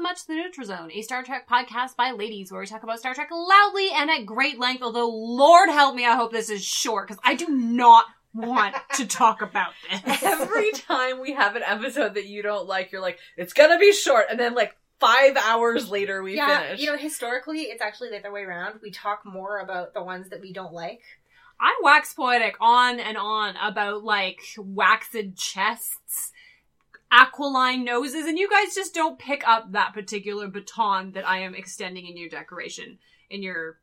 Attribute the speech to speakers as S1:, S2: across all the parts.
S1: much to the NeutraZone, a Star Trek podcast by ladies where we talk about Star Trek loudly and at great length. Although, Lord help me, I hope this is short because I do not want to talk about this.
S2: Every time we have an episode that you don't like, you're like, it's gonna be short, and then like five hours later we
S3: yeah,
S2: finish.
S3: you know, historically, it's actually the other way around. We talk more about the ones that we don't like.
S1: I wax poetic on and on about like waxed chests, aquiline noses, and you guys just don't pick up that particular baton that I am extending in your decoration. In your.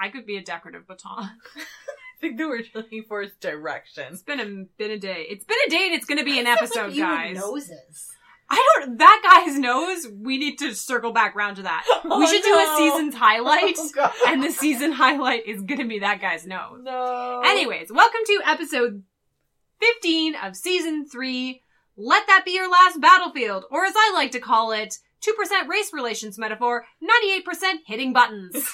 S1: I could be a decorative baton.
S2: I think the word you're looking for is direction.
S1: It's been a been a day. It's been a day, and it's going to be an
S3: Sounds
S1: episode,
S3: like you
S1: guys.
S3: with noses.
S1: I don't. That guy's nose. We need to circle back round to that. we should do a season's highlight,
S2: Oh, God.
S1: and the season highlight is going to be that guy's nose.
S2: No.
S1: Anyways, welcome to episode fifteen of season three. Let that be your last battlefield, or as I like to call it, two percent race relations metaphor, ninety-eight percent hitting buttons.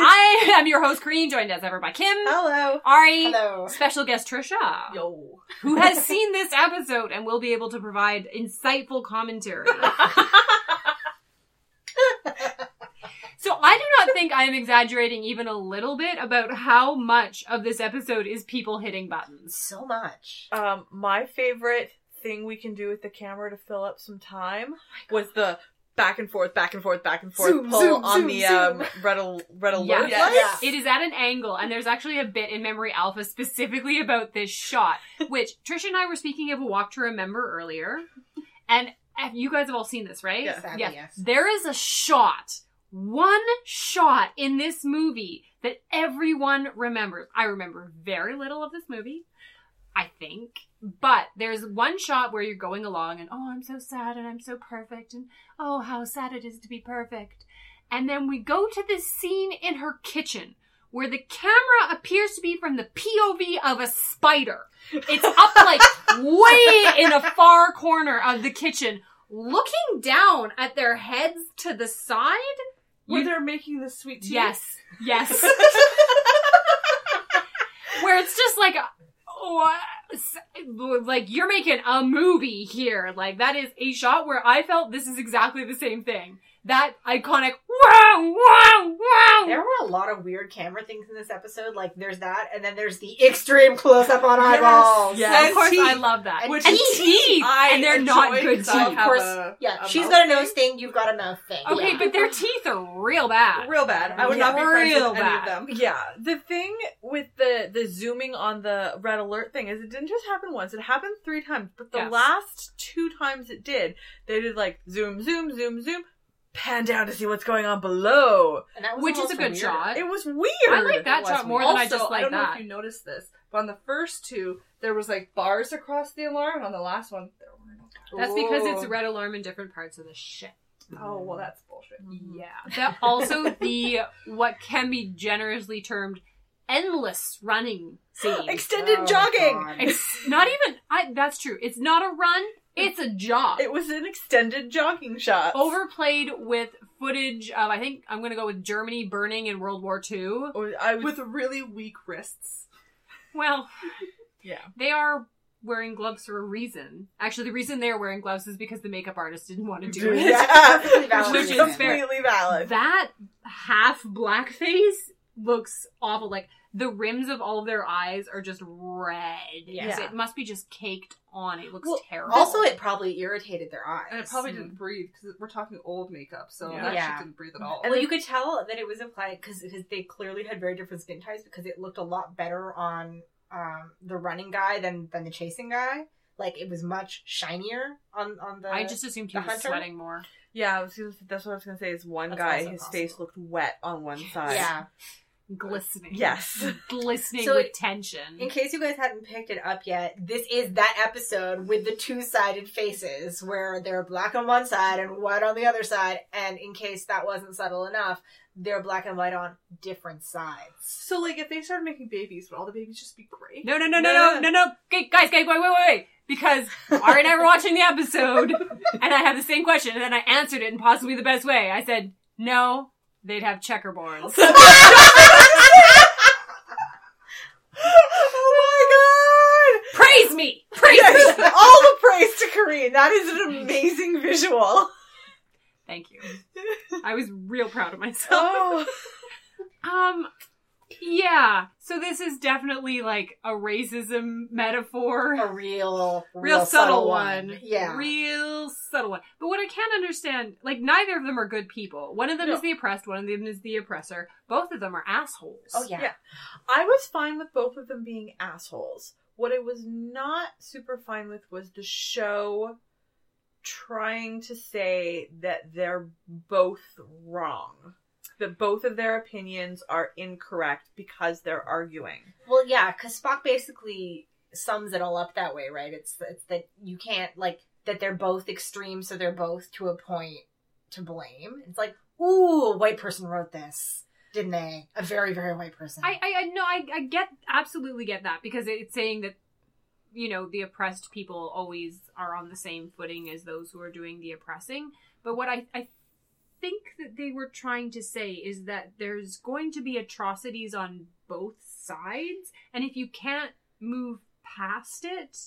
S1: I am your host, Kareen, joined as ever by Kim,
S2: Hello.
S1: Ari,
S3: Hello.
S1: special guest Trisha.
S2: Yo.
S1: who has seen this episode and will be able to provide insightful commentary. so I do not think I am exaggerating even a little bit about how much of this episode is people hitting buttons.
S3: So much.
S2: Um, my favorite thing we can do with the camera to fill up some time was the back and forth, back and forth, back and forth
S3: Oh Zoom,
S2: pull
S3: zoom,
S2: on
S3: zoom,
S2: the
S3: zoom.
S2: um red, al- red alert
S1: Yeah.
S2: light.
S3: Yes.
S1: It is at an angle, and there's actually a bit in Memory Alpha specifically about this shot, which Trisha and I were speaking of a walk to remember earlier. And uh, you guys have all seen this, right?
S2: Yeah.
S3: Sadly,
S1: Yes.
S3: yes.
S1: There is a shot, one shot in this movie that everyone remembers. I remember very little of this movie, I think. But there's one shot where you're going along and, oh, I'm so sad and I'm so perfect and, oh, how sad it is to be perfect. And then we go to this scene in her kitchen where the camera appears to be from the POV of a spider. It's up like way in a far corner of the kitchen, looking down at their heads to the side.
S2: Where
S1: You-
S2: they're making the sweet tea.
S1: Yes, yes. Where it's just like, oh, uh, like you're making a movie here. Like that is a shot where I felt this is exactly the same thing. That iconic wow, wow, wow.
S3: There were a lot of weird camera things in this episode. Like, there's that, and then there's the extreme close up on eyeballs.
S2: Yes.
S1: And
S2: And
S1: of course,
S2: teeth.
S1: I love that.
S3: And
S1: And,
S3: teeth.
S1: teeth,
S2: I
S1: and they're not
S2: enjoy
S1: good teeth.
S2: 'cause I have
S1: Of course.
S2: a-
S3: Yeah,
S2: a
S3: she's
S2: mouth
S3: got a nose thing, you've got a mouth thing.
S1: okay,
S3: Yeah.
S1: but their teeth are real bad.
S2: real bad. I would
S3: Yeah.
S2: not be friends
S1: Real
S2: with
S1: bad.
S2: any of them. Yeah, the thing with the the zooming on the red alert thing is it didn't just happen once; it happened three times. But the
S1: Yes.
S2: last two times it did, they did like zoom, zoom, zoom, zoom, pan down to see what's going on below.
S3: And that was
S1: Which is a
S3: almost
S1: good
S3: weird.
S1: shot.
S2: It was weird.
S1: I like that
S3: It was
S1: shot more
S2: also,
S1: than I just like
S2: don't know
S1: that.
S2: if you noticed this, but on the first two, there was like bars across the alarm, and on the last one, there were no bars.
S1: That's because it's
S2: Ooh.
S1: red alarm in different parts of the ship.
S2: Oh well, that's bullshit.
S1: Yeah. That also the what can be generously termed endless running scene.
S2: Extended
S3: Oh,
S2: jogging.
S3: God.
S1: It's not even. I, that's true. It's not a run. It's a jog.
S2: It was an extended jogging shot.
S1: Overplayed with footage of I think I'm gonna go with Germany burning in World War II.
S2: Or I would-
S4: with really weak wrists.
S1: Well,
S2: yeah.
S1: they are wearing gloves for a reason. Actually, the reason they're wearing gloves is because the makeup artist didn't want to do it.
S2: Yeah.
S3: Perfectly valid
S2: Which is
S3: reason.
S2: completely valid.
S1: That half blackface looks awful. Like the rims of all of their eyes are just red.
S3: Yeah.
S1: So It must be just caked on. It looks
S4: Well,
S1: terrible.
S3: Also, it probably irritated their eyes.
S4: And it probably didn't
S2: mm.
S4: breathe because we're talking old makeup, so
S2: Yeah.
S4: that
S3: Yeah.
S4: shit didn't breathe at all.
S3: well, you could tell that it was implied because they clearly had very different skin types because it looked a lot better on um, the running guy than than the chasing guy. Like it was much shinier on on the.
S1: I just assumed he
S3: uh, the
S1: was
S3: hunter?
S1: sweating more.
S2: Yeah, I was gonna, that's what I was gonna say. Is one
S3: That's
S2: guy,
S3: also
S2: his
S3: possible.
S2: face looked wet on one side.
S3: yeah.
S1: Glistening.
S2: Yes.
S1: Glistening
S3: So
S1: with
S3: it-
S1: tension.
S3: In case you guys hadn't picked it up yet, this is that episode with the two sided faces where they're black on one side and white on the other side. And in case that wasn't subtle enough, they're black and white on different sides.
S4: So, like, if they started making babies, would all the babies just be gray?
S1: No, no, no, no, no,
S2: No, no.
S1: no, no. Okay, guys, guys, wait, wait, wait, wait. Because Ari and I were watching the episode, and I had the same question, and then I answered it in possibly the best way. I said, no, they'd have checkerboards.
S2: oh
S3: Oh
S1: Praise me!
S2: my god!
S1: Praise me!
S2: Yes, all the praise to Kareen.
S3: Ashley, that is an amazing visual.
S1: Thank you. I was real proud of myself.
S2: Oh,
S1: Um, yeah. So this is definitely like a racism metaphor.
S3: A real,
S1: real, subtle, one.
S3: Yeah.
S1: Real subtle one. But what I can understand, like, neither of them are good people. One of them
S2: No.
S1: is the oppressed, one of them is the oppressor. Both of them are assholes.
S3: oh yeah.
S2: Yeah. I was fine with both of them being assholes. What I was not super fine with was the show trying to say that they're both wrong. That both of their opinions are incorrect because they're arguing.
S3: Well, yeah, because Spock basically sums it all up that way, right? It's, it's that you can't like that they're both extreme, so they're both to a point to blame. It's like, ooh, a white person wrote this, didn't they? A very, very white person.
S1: I, I, I no, I, I get absolutely get that because it's saying that, you know, the oppressed people always are on the same footing as those who are doing the oppressing. But what I, I think that they were trying to say is that there's going to be atrocities on both sides, and if you can't move past it,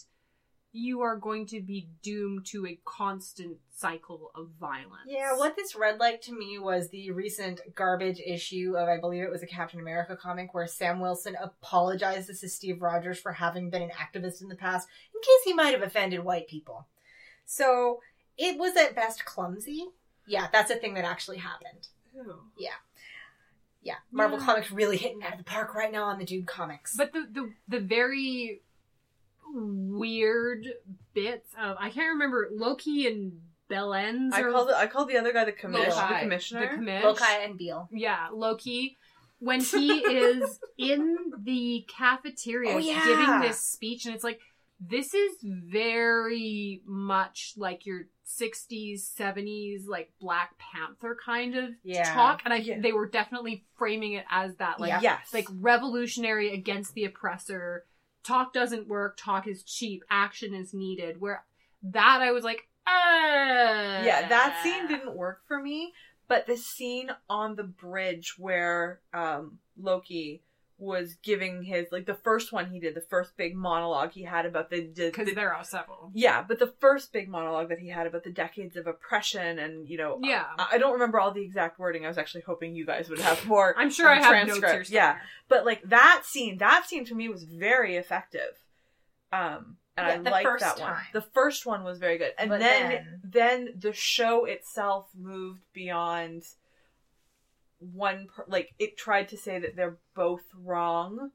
S1: you are going to be doomed to a constant cycle of violence.
S3: Yeah, what this read like to me was the recent garbage issue of, I believe it was a Captain America comic, where Sam Wilson apologizes to Steve Rogers for having been an activist in the past, in case he might have offended white people. So it was at best clumsy. Yeah, that's a thing that actually happened. Yeah, Marvel
S1: Yeah.
S3: Comics really hitting out of the park right now on the Dude comics.
S1: But the the, the very weird bits of I can't remember Loki and Belen's
S2: I
S1: or
S2: called the, I called the other guy the commissioner.
S3: Lokai.
S2: The
S1: the
S2: commissioner.
S1: commish.
S3: Lokai and Beal.
S1: Yeah, Loki. When he is in the cafeteria
S3: Oh, yeah.
S1: giving this speech, and it's like, this is very much like your 60s, 70s, like Black Panther kind of
S3: Yeah.
S1: talk. And I,
S2: Yeah.
S1: they were definitely framing it as that. Like,
S2: yes.
S1: like revolutionary against the oppressor. Talk doesn't work. Talk is cheap. Action is needed. Where that I was like, "Ah." uh,
S2: yeah, that scene didn't work for me, but the scene on the bridge where um, Loki was giving his like the first one he did, the first big monologue he had about the, the,
S1: because
S2: the-
S1: there are several.
S2: yeah, but the first big monologue that he had about the decades of oppression and you know
S1: Yeah,
S2: I, I don't remember all the exact wording. I was actually hoping you guys would have more.
S1: I'm sure I have notes here.
S2: Yeah,
S1: somewhere.
S2: but like that scene, that scene to me was very effective. Um, and
S3: Yeah,
S2: I
S3: the
S2: liked
S3: first
S2: that one.
S3: time.
S2: The first one was very good, and
S3: But
S2: then, then the show itself moved beyond one. Per- like it tried to say that they're both wrong.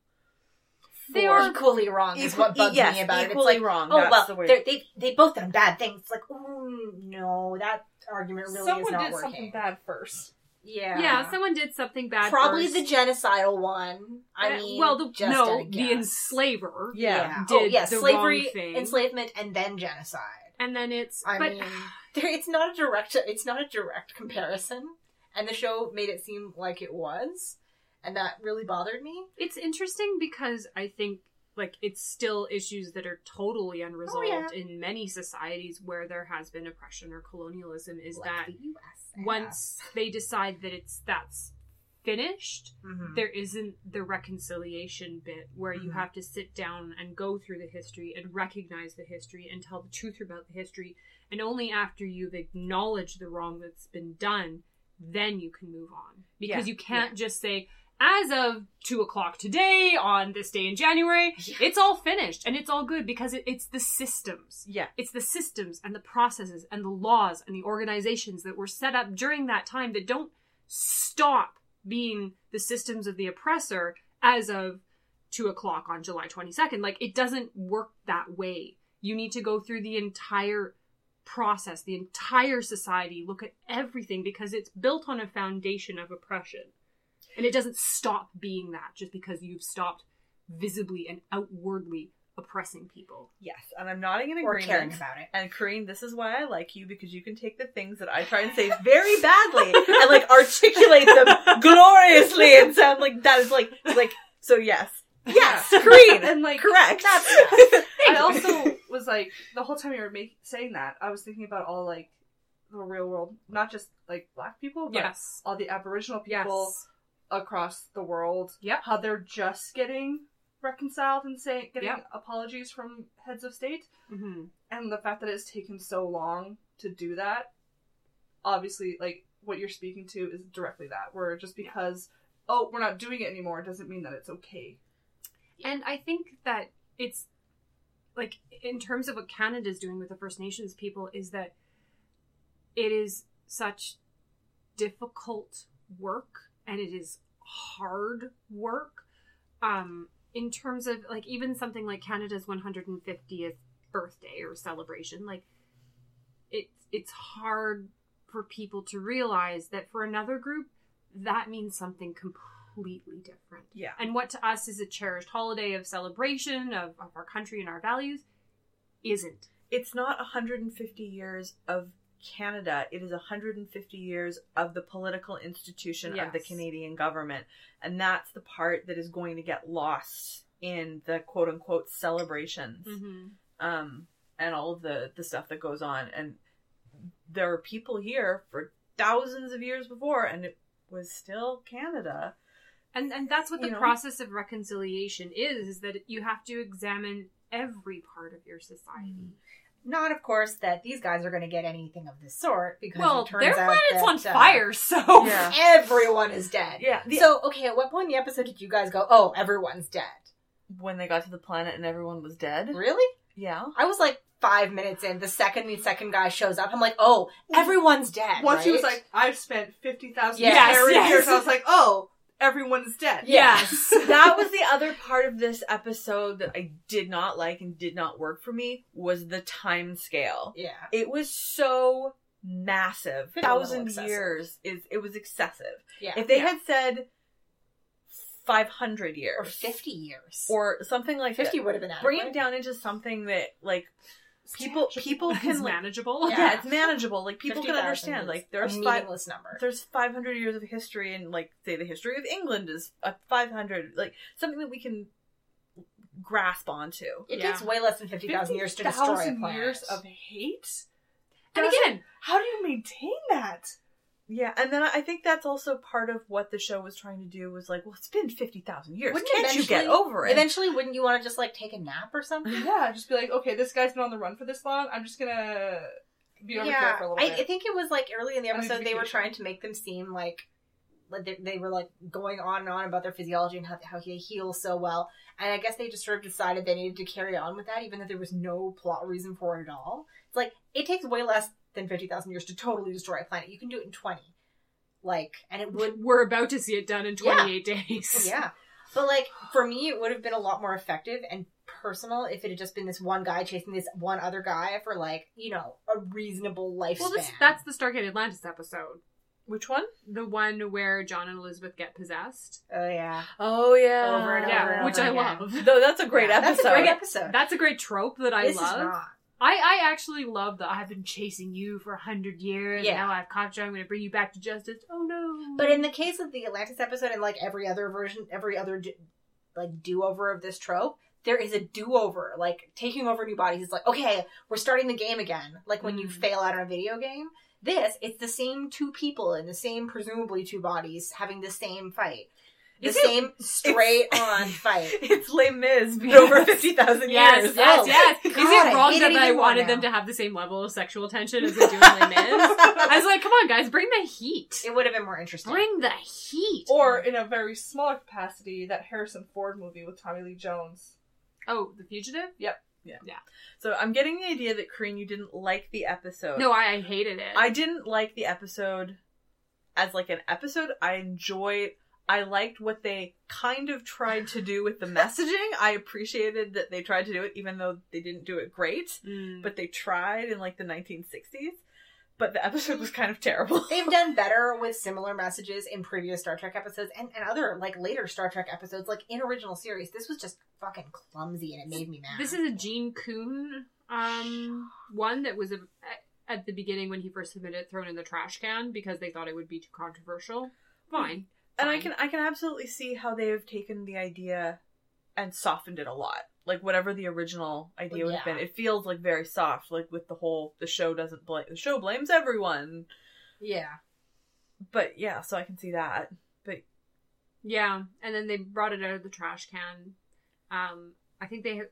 S1: They
S3: They
S1: are-
S3: are equally wrong is
S2: Equ-
S3: what bugs
S2: yes,
S3: me about it. It's
S2: equally
S3: like,
S2: wrong.
S3: oh
S2: that's
S3: well,
S2: the way-
S3: they're- they they both done bad things. It's like, oh no, that argument really is
S4: Someone
S3: not
S4: did
S3: working.
S4: something bad first.
S3: Yeah,
S1: yeah. someone did something bad.
S3: Probably
S1: first.
S3: the genocidal one. I
S1: Uh,
S3: mean,
S1: well, the
S3: just at a
S1: no, the
S3: guess.
S1: enslaver,
S2: yeah.
S3: oh,
S1: did
S3: yeah,
S1: the
S3: slavery,
S1: wrong thing.
S3: enslavement, and then genocide.
S1: and then it's
S3: I
S1: but
S3: mean, there, it's not a direct. It's not a direct comparison, and the show made it seem like it was, and that really bothered me.
S1: It's interesting because I think like it's still issues that are totally
S3: Oh,
S1: unresolved in many societies where there has been oppression or colonialism is
S3: Like
S1: that
S3: the US and us.
S1: once they decide that it's that's finished
S3: Mhm.
S1: there
S2: Mm-hmm.
S1: isn't the reconciliation bit where you
S3: Mhm.
S1: have to sit down and go through the history and recognize the history and tell the truth about the history and only after you've acknowledged the wrong that's been done then you can move on because
S2: Yeah,
S1: you can't just say as of two o'clock today on this day in january
S3: Yeah.
S1: it's all finished and it's all good because it, it's the systems
S2: yeah.
S1: it's the systems and the processes and the laws and the organizations that were set up during that time that don't stop being the systems of the oppressor as of two o'clock on July 22nd. Like, it doesn't work that way. You need to go through the entire process, the entire society, look at everything because it's built on a foundation of oppression. And it doesn't stop being that just because you've stopped visibly and outwardly oppressing people.
S2: Yes, and I'm nodding in
S3: or
S2: agreement.
S3: caring about it.
S2: And Corrine, this is why I like you because you can take the things that I try and say very badly and like articulate them gloriously and sound like that is like like so yes yes Corrine
S4: and like
S2: correct
S4: I also was like the whole time you were make- saying that, I was thinking about all like the real world, not just like black people, but
S1: Yes.
S4: all the Aboriginal
S1: Yes.
S4: people across the world.
S1: Yep.
S4: how they're just getting reconciled and saying getting
S1: Yep.
S4: apologies from heads of state,
S1: Mm-hmm.
S4: and the fact that it's taken so long to do that, obviously, like what you're speaking to is directly that. Where just because oh we're not doing it anymore doesn't mean that it's okay.
S1: And I think that it's like in terms of what Canada's doing with the First Nations people is that it is such difficult work and it is hard work um in terms of like even something like Canada's 150th birthday or celebration like it's it's hard for people to realize that for another group that means something completely different
S4: Yeah.
S1: and what to us is a cherished holiday of celebration of, of our country and our values isn't.
S2: it's not 150 years of Canada. It is 150 years of the political institution of the
S1: Yes.
S2: Canadian government. And that's the part that is going to get lost in the quote unquote celebrations
S1: Mm-hmm.
S4: Mm-hmm.
S2: um, and all of the, the stuff that goes on. And there are people here for thousands of years before, and it was still Canada.
S1: And and that's what the
S2: You know?
S1: process of reconciliation is, is that you have to examine every part of your society.
S3: Not, of course, that these guys are going to get anything of this sort because
S1: Well,
S3: it turns
S1: their
S3: out
S1: planet's
S3: that,
S1: on
S3: uh,
S1: fire, so
S2: Yeah.
S3: Everyone is dead.
S2: Yeah.
S3: So, okay, at what point in the episode did you guys go, oh, everyone's dead?
S2: when they got to the planet and everyone was dead.
S3: Really?
S2: Yeah.
S3: I was like five minutes in. The second the second guy shows up, I'm like, oh, everyone's dead.
S4: Once he
S3: right?
S4: was like, I've spent fifty thousand
S3: Yes,
S1: yes.
S4: years, I was like, oh, everyone's dead.
S1: yes.
S2: that was the other part of this episode that I did not like and did not work for me was the time scale.
S3: yeah.
S2: It was so massive.
S3: Bit a little
S2: Thousand
S3: excessive.
S2: years is it was excessive.
S3: Yeah.
S2: If they
S1: Yeah.
S2: had said five hundred
S3: or
S2: years
S3: 50 years.
S2: or something like
S3: 50
S2: that,
S3: would have been
S2: bring it
S3: adequate.
S2: down into something that like people people
S1: it's
S2: can like,
S1: manageable.
S2: yeah.
S3: Yeah.
S2: it's manageable. Like people can
S3: 50,000
S2: understand.
S3: is
S2: Like there's
S3: a
S2: five
S3: meaningless number.
S2: there's 500 years of history and like say the history of england is uh, 500 like something that we can grasp onto
S3: It
S1: Yeah.
S3: takes way less than 50,000 years to destroy a
S4: 50,000
S3: planet.
S4: years of hate.
S1: And
S4: Doesn't-
S1: again,
S4: how do you maintain that?
S2: yeah and then i think that's also part of what the show was trying to do was like well it's been 50000 years
S3: Wouldn't
S2: can't you get
S3: eventually-
S2: over it
S3: Eventually, wouldn't you want to just like take a nap or something?
S4: Yeah, just be like, okay, this guy's been on the run for this long. I'm just gonna be over here for a little
S3: I,
S4: bit.
S3: I think it was like early in the
S4: I need
S3: episode they were
S4: vacation.
S3: trying to make them seem like like they, they were like going on and on about their physiology and how, how they heal so well. And I guess they just sort of decided they needed to carry on with that, even though there was no plot reason for it at all. It's like it takes way less than fifty thousand years to totally destroy a planet. You can do it in twenty, like, and it would
S1: we're about to see it done in 28 days.
S3: Yeah. But like for me it would have been a lot more effective and personal if it had just been this one guy chasing this one other guy for like, you know, a reasonable lifespan.
S1: Well, this, that's the Stargate Atlantis episode.
S2: which one?
S1: The one where John and Elizabeth get possessed.
S3: Oh yeah.
S2: Oh yeah
S3: Over and over
S1: yeah,
S3: and
S1: which
S3: over
S1: I
S3: again.
S1: love.
S2: though that's a great
S3: Yeah,
S2: episode
S3: That's a great episode.
S1: That's a great trope that I
S3: this
S1: love.
S3: Is not.
S1: I, I actually love that I've been chasing you for a hundred years.
S3: Yeah.
S1: Yeah. Now I've caught you. I'm going to bring you back to justice. Oh no!
S3: But in the case of the Atlantis episode and like every other version, every other d- like do over of this trope, there is a do over. Like taking over new bodies is like, okay, we're starting the game again. Like when you
S2: Mm-hmm.
S1: Mm.
S3: fail out on a video game. This, it's the same two people in the same, presumably two bodies, having the same fight. The
S2: Is it-
S3: same straight on fight.
S2: it's Les Mis but
S3: Yes.
S2: over 50000
S1: yes,
S2: years
S1: yes,
S3: Oh,
S1: yes. Is
S3: God, I
S1: it wrong
S3: hate
S1: that
S3: it
S1: I
S3: even more
S1: wanted
S3: now.
S1: them to have the same level of sexual tension as they do in Les Mis? I was like, come on, guys, bring the heat.
S3: It would have been more interesting.
S1: Bring the heat.
S4: or in a very small capacity, that Harrison Ford movie with Tommy Lee Jones.
S1: oh, the fugitive?
S2: so i'm getting the idea that Corinne, you didn't like the episode
S1: No, I, I hated it.
S2: I didn't like the episode as like an episode. I enjoy I liked what they kind of tried to do with the messaging. I appreciated that they tried to do it even though they didn't do it great,
S1: Mm.
S2: but they tried in like the 1960s. But the episode was kind of terrible.
S3: They've done better with similar messages in previous Star Trek episodes and, and other like later Star Trek episodes, like in original series. This was just fucking clumsy and it made me mad.
S1: This is a Gene Coon um, one that was a, at the beginning when he first submitted it thrown in the trash can because they thought it would be too controversial. Fine.
S2: and I
S1: Fine.
S2: can I can absolutely see how they have taken the idea and softened it a lot. Like whatever the original idea would have been,
S3: Yeah.
S2: it feels like very soft. Like with the whole the show doesn't blame the show blames everyone,
S3: yeah.
S2: but yeah, so I can see that.
S1: Yeah, and then they brought it out of the trash can, Um, I think they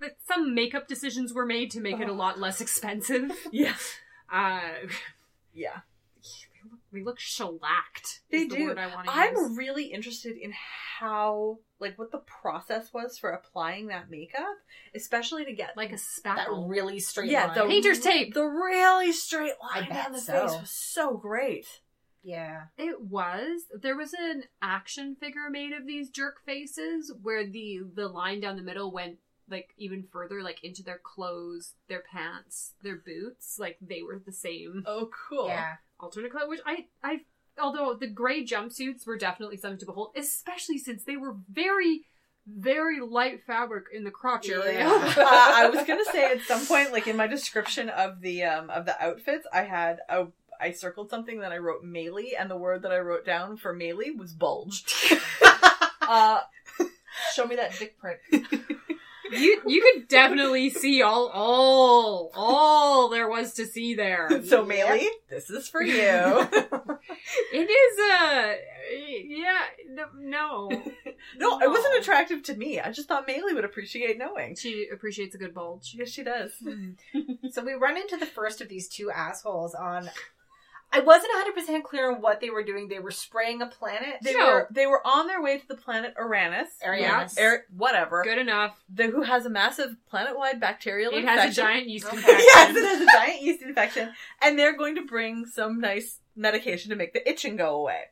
S1: that some makeup decisions were made to make it a lot less expensive.
S2: Yeah.
S1: Uh,
S2: Yeah.
S1: they look, they look shellacked.
S2: They
S1: is the
S2: do.
S1: word I want to use.
S2: I'm really interested in how, like, what the process was for applying that makeup, especially to get
S1: like a
S3: That
S1: spackle.
S3: really straight
S2: yeah,
S3: line.
S2: the
S1: Painter's tape.
S2: The really straight line
S3: bet
S2: down the
S3: so.
S2: face was so great.
S3: yeah.
S1: It was. There was an action figure made of these jerk faces where the the line down the middle went like even further, like into their clothes, their pants, their boots. Like they were the same
S2: Oh, cool.
S3: Yeah.
S1: alternate color. Which I I although the gray jumpsuits were definitely something to behold, especially since they were very very light fabric in the crotch area.
S3: Yeah.
S2: uh, I was gonna say at some point, like in my description of the um of the outfits, I had a I circled something that I wrote melee, and the word that I wrote down for melee was bulged.
S4: Uh, show me that dick print.
S1: you you could definitely see all all all there was to see there.
S2: so melee, this is for you.
S1: It is uh yeah no, no.
S2: no, it wasn't attractive to me. I just thought melee would appreciate knowing.
S1: She appreciates a good bulge.
S2: Yes, she does.
S3: So we run into the first of these two assholes on. I wasn't 100% clear on what they were doing. They were spraying a planet.
S2: They
S1: So-
S2: were they were on their way to the planet Uranus.
S3: Arianas.
S2: Air, whatever.
S1: Good enough.
S2: The, who has a massive planet-wide bacterial
S1: It
S2: infection.
S1: has a giant yeast
S3: Okay.
S1: infection.
S2: yes, it has a giant yeast infection, and they're going to bring some nice medication to make the itching go away.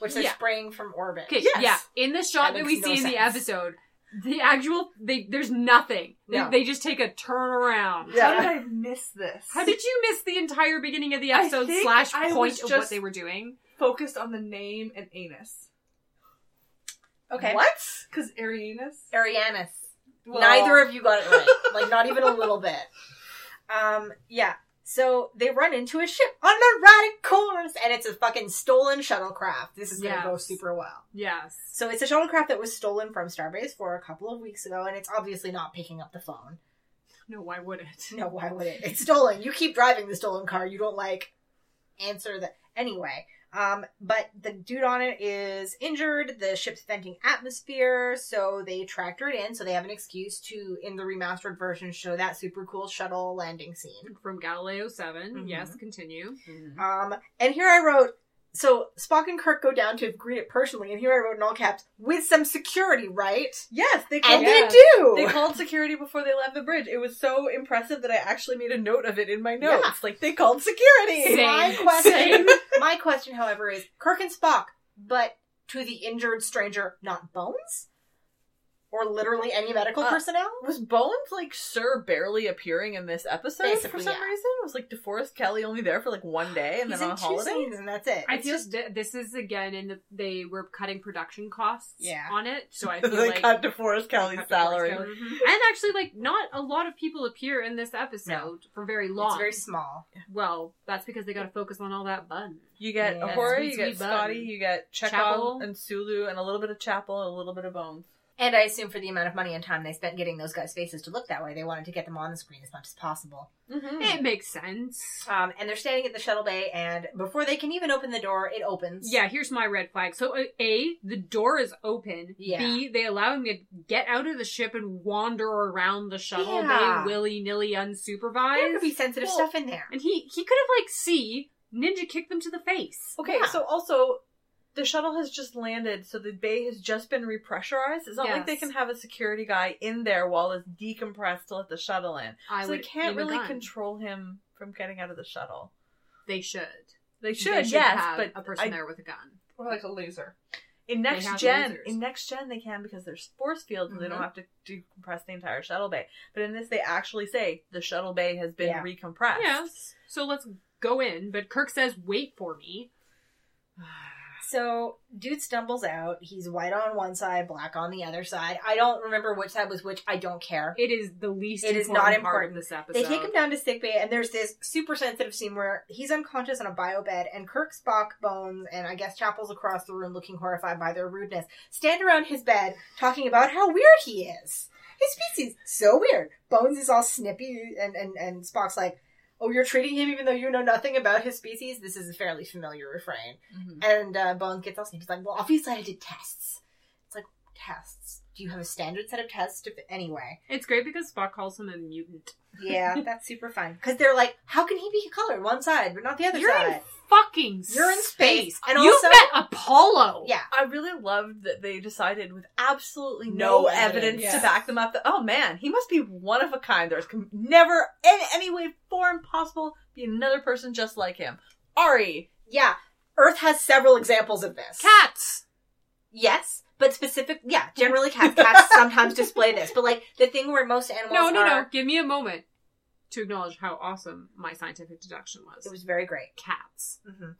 S3: which they're
S1: Yeah.
S3: spraying from orbit.
S1: Okay,
S2: Yes.
S1: yeah. In the shot
S3: That
S1: that,
S3: makes
S1: we
S3: no
S1: see in the
S3: sense.
S1: episode, the actual they there's nothing. They-
S2: No.
S1: They, just take a turnaround.
S2: Yeah.
S4: How did I miss this?
S1: How did you miss the entire beginning of the
S4: I
S1: episode
S4: think
S1: slash
S4: I
S1: point
S4: was
S1: of what
S4: just-
S1: they were doing?
S4: focused on the name and anus?
S3: Okay.
S2: What?
S4: Because Arianus.
S3: Arianus.
S4: Well,
S3: Neither of you got it right. like, not even a little bit. Um, yeah. So they run into a ship on a erratic course, and it's a fucking stolen shuttlecraft. This is going to go
S1: Yes.
S3: super well.
S1: Yes.
S3: So it's a shuttlecraft that was stolen from Starbase for a couple of weeks ago, and it's obviously not picking up the phone.
S1: No, why would it?
S3: No, why would it? It's stolen. You keep driving the stolen car. You don't like answer the anyway. Um, but the dude on it is injured. The ship's venting atmosphere, so they tractor it in. So they have an excuse to, in the remastered version, show that super cool shuttle landing scene.
S1: From Galileo 7.
S2: Mhm.
S1: Yes, continue.
S3: Um, and here I wrote. So Spock and Kirk go down to greet it personally, and here I wrote in all caps with some security, right?
S2: Yes, they
S3: And
S2: called.
S1: Yeah.
S3: they do.
S2: They called security before they left the bridge. It was so impressive that I actually made a note of it in my notes.
S3: Yeah.
S2: Like they called security.
S1: Same.
S3: My question,
S1: Same.
S3: my question, however, is Kirk and Spock, but to the injured stranger, not Bones, or literally any medical
S2: Uh,
S3: personnel.
S2: Was Bones like Sir barely appearing in this episode for
S3: Basically,
S2: some
S3: yeah.
S2: reason? Was like DeForest Kelly only there for like one day and
S3: He's
S2: then
S3: in
S2: on
S3: two
S2: holiday?
S3: scenes and that's it.
S1: I
S3: It's
S1: feel
S3: just-
S1: th- this is again in the they were cutting production costs
S3: Yeah.
S1: on it, so I feel
S2: they
S1: like
S2: cut DeForest Kelly's
S1: cut DeForest
S2: salary.
S1: Kelly.
S3: Mm-hmm.
S1: and actually like not a lot of people appear in this episode for very long.
S3: it's very small.
S1: well, that's because they got to focus on all that bun.
S2: You get
S3: Yeah.
S2: Ahura,
S1: Sweet,
S2: you get
S1: sweet bun.
S2: Scotty, you get Chekhov
S1: Chapel.
S2: and Sulu, and a little bit of Chapel and a little bit of Bones.
S3: And I assume for the amount of money and time they spent getting those guys' faces to look that way, they wanted to get them on the screen as much as possible.
S2: Mm-hmm.
S1: It makes sense.
S3: Hmm. Um, and they're standing at the shuttle bay, and before they can even open the door, it opens.
S1: Yeah, here's my red flag. So uh, a, the door is open.
S3: Yeah.
S1: B, they allow him to get out of the ship and wander around the shuttle
S3: Yeah.
S1: bay willy nilly
S3: there
S1: unsupervised.
S3: could be sensitive
S2: Well,
S3: stuff in there.
S1: and he he could have like C ninja kicked them to the face.
S2: Okay,
S3: Yeah.
S2: so also the shuttle has just landed, so the bay has just been repressurized. It's not like they
S1: Yes.
S2: can have a security guy in there while it's decompressed to let the shuttle in.
S1: I
S2: so they
S1: would
S2: can't
S1: aim a
S2: really
S1: gun.
S2: control him from getting out of the shuttle.
S1: They should.
S2: They should,
S1: they
S2: yes,
S1: have
S2: but
S1: a person
S2: I-
S1: there with a gun.
S4: Or like a laser.
S2: in
S1: They
S2: next
S1: have
S2: gen,
S1: lasers.
S2: in next gen they can because there's force fields and they don't
S1: Mhm.
S2: have to decompress the entire shuttle bay. But in this, they actually say the shuttle bay has been
S3: Yeah.
S2: recompressed.
S1: Yes. So let's go in, but Kirk says, "Wait for me."
S3: So, dude stumbles out. He's white on one side, black on the other side. I don't remember which side was which. I don't care.
S1: It is the least.
S3: It is
S1: important
S3: not
S1: part
S3: important.
S1: of this episode.
S3: They take him down to sickbay, and there's this super sensitive scene where he's unconscious on a bio bed, and Kirk, Spock, Bones, and I guess Chapel's across the room looking horrified by their rudeness, stand around his bed talking about how weird he is. His species, so weird. Bones is all snippy, and, and, and Spock's like, Oh, you're treating him even though you know nothing about his species? This is a fairly familiar refrain.
S2: Mhm.
S3: And uh, Bones gets all snippy. He's like, Well, obviously I did tests. It's like, Tests? do you have a standard set of tests to, anyway?
S1: It's great because Spock calls him a mutant.
S3: Yeah, that's super fun. Because they're like, how can he be colored one side but not the other
S1: You're
S3: side?
S1: in fucking
S3: You're in space, and
S1: you
S3: also-
S1: met Apollo.
S3: Yeah.
S2: I really loved that they decided with absolutely no,
S3: No
S2: evidence
S3: evidence,
S2: to
S4: yeah.
S2: back them up that, oh man, he must be one of a kind. There's com- never in any way, form possible, be another person just like him. Ari.
S3: Yeah. Earth has several examples of this.
S1: Cats.
S3: Yes, but specific. Yeah, generally cats. Cats sometimes display this, but like the thing where most animals
S1: No, no,
S3: are-
S1: no. Give me a moment to acknowledge how awesome my scientific deduction was.
S3: It was very great.
S1: cats.
S3: hmm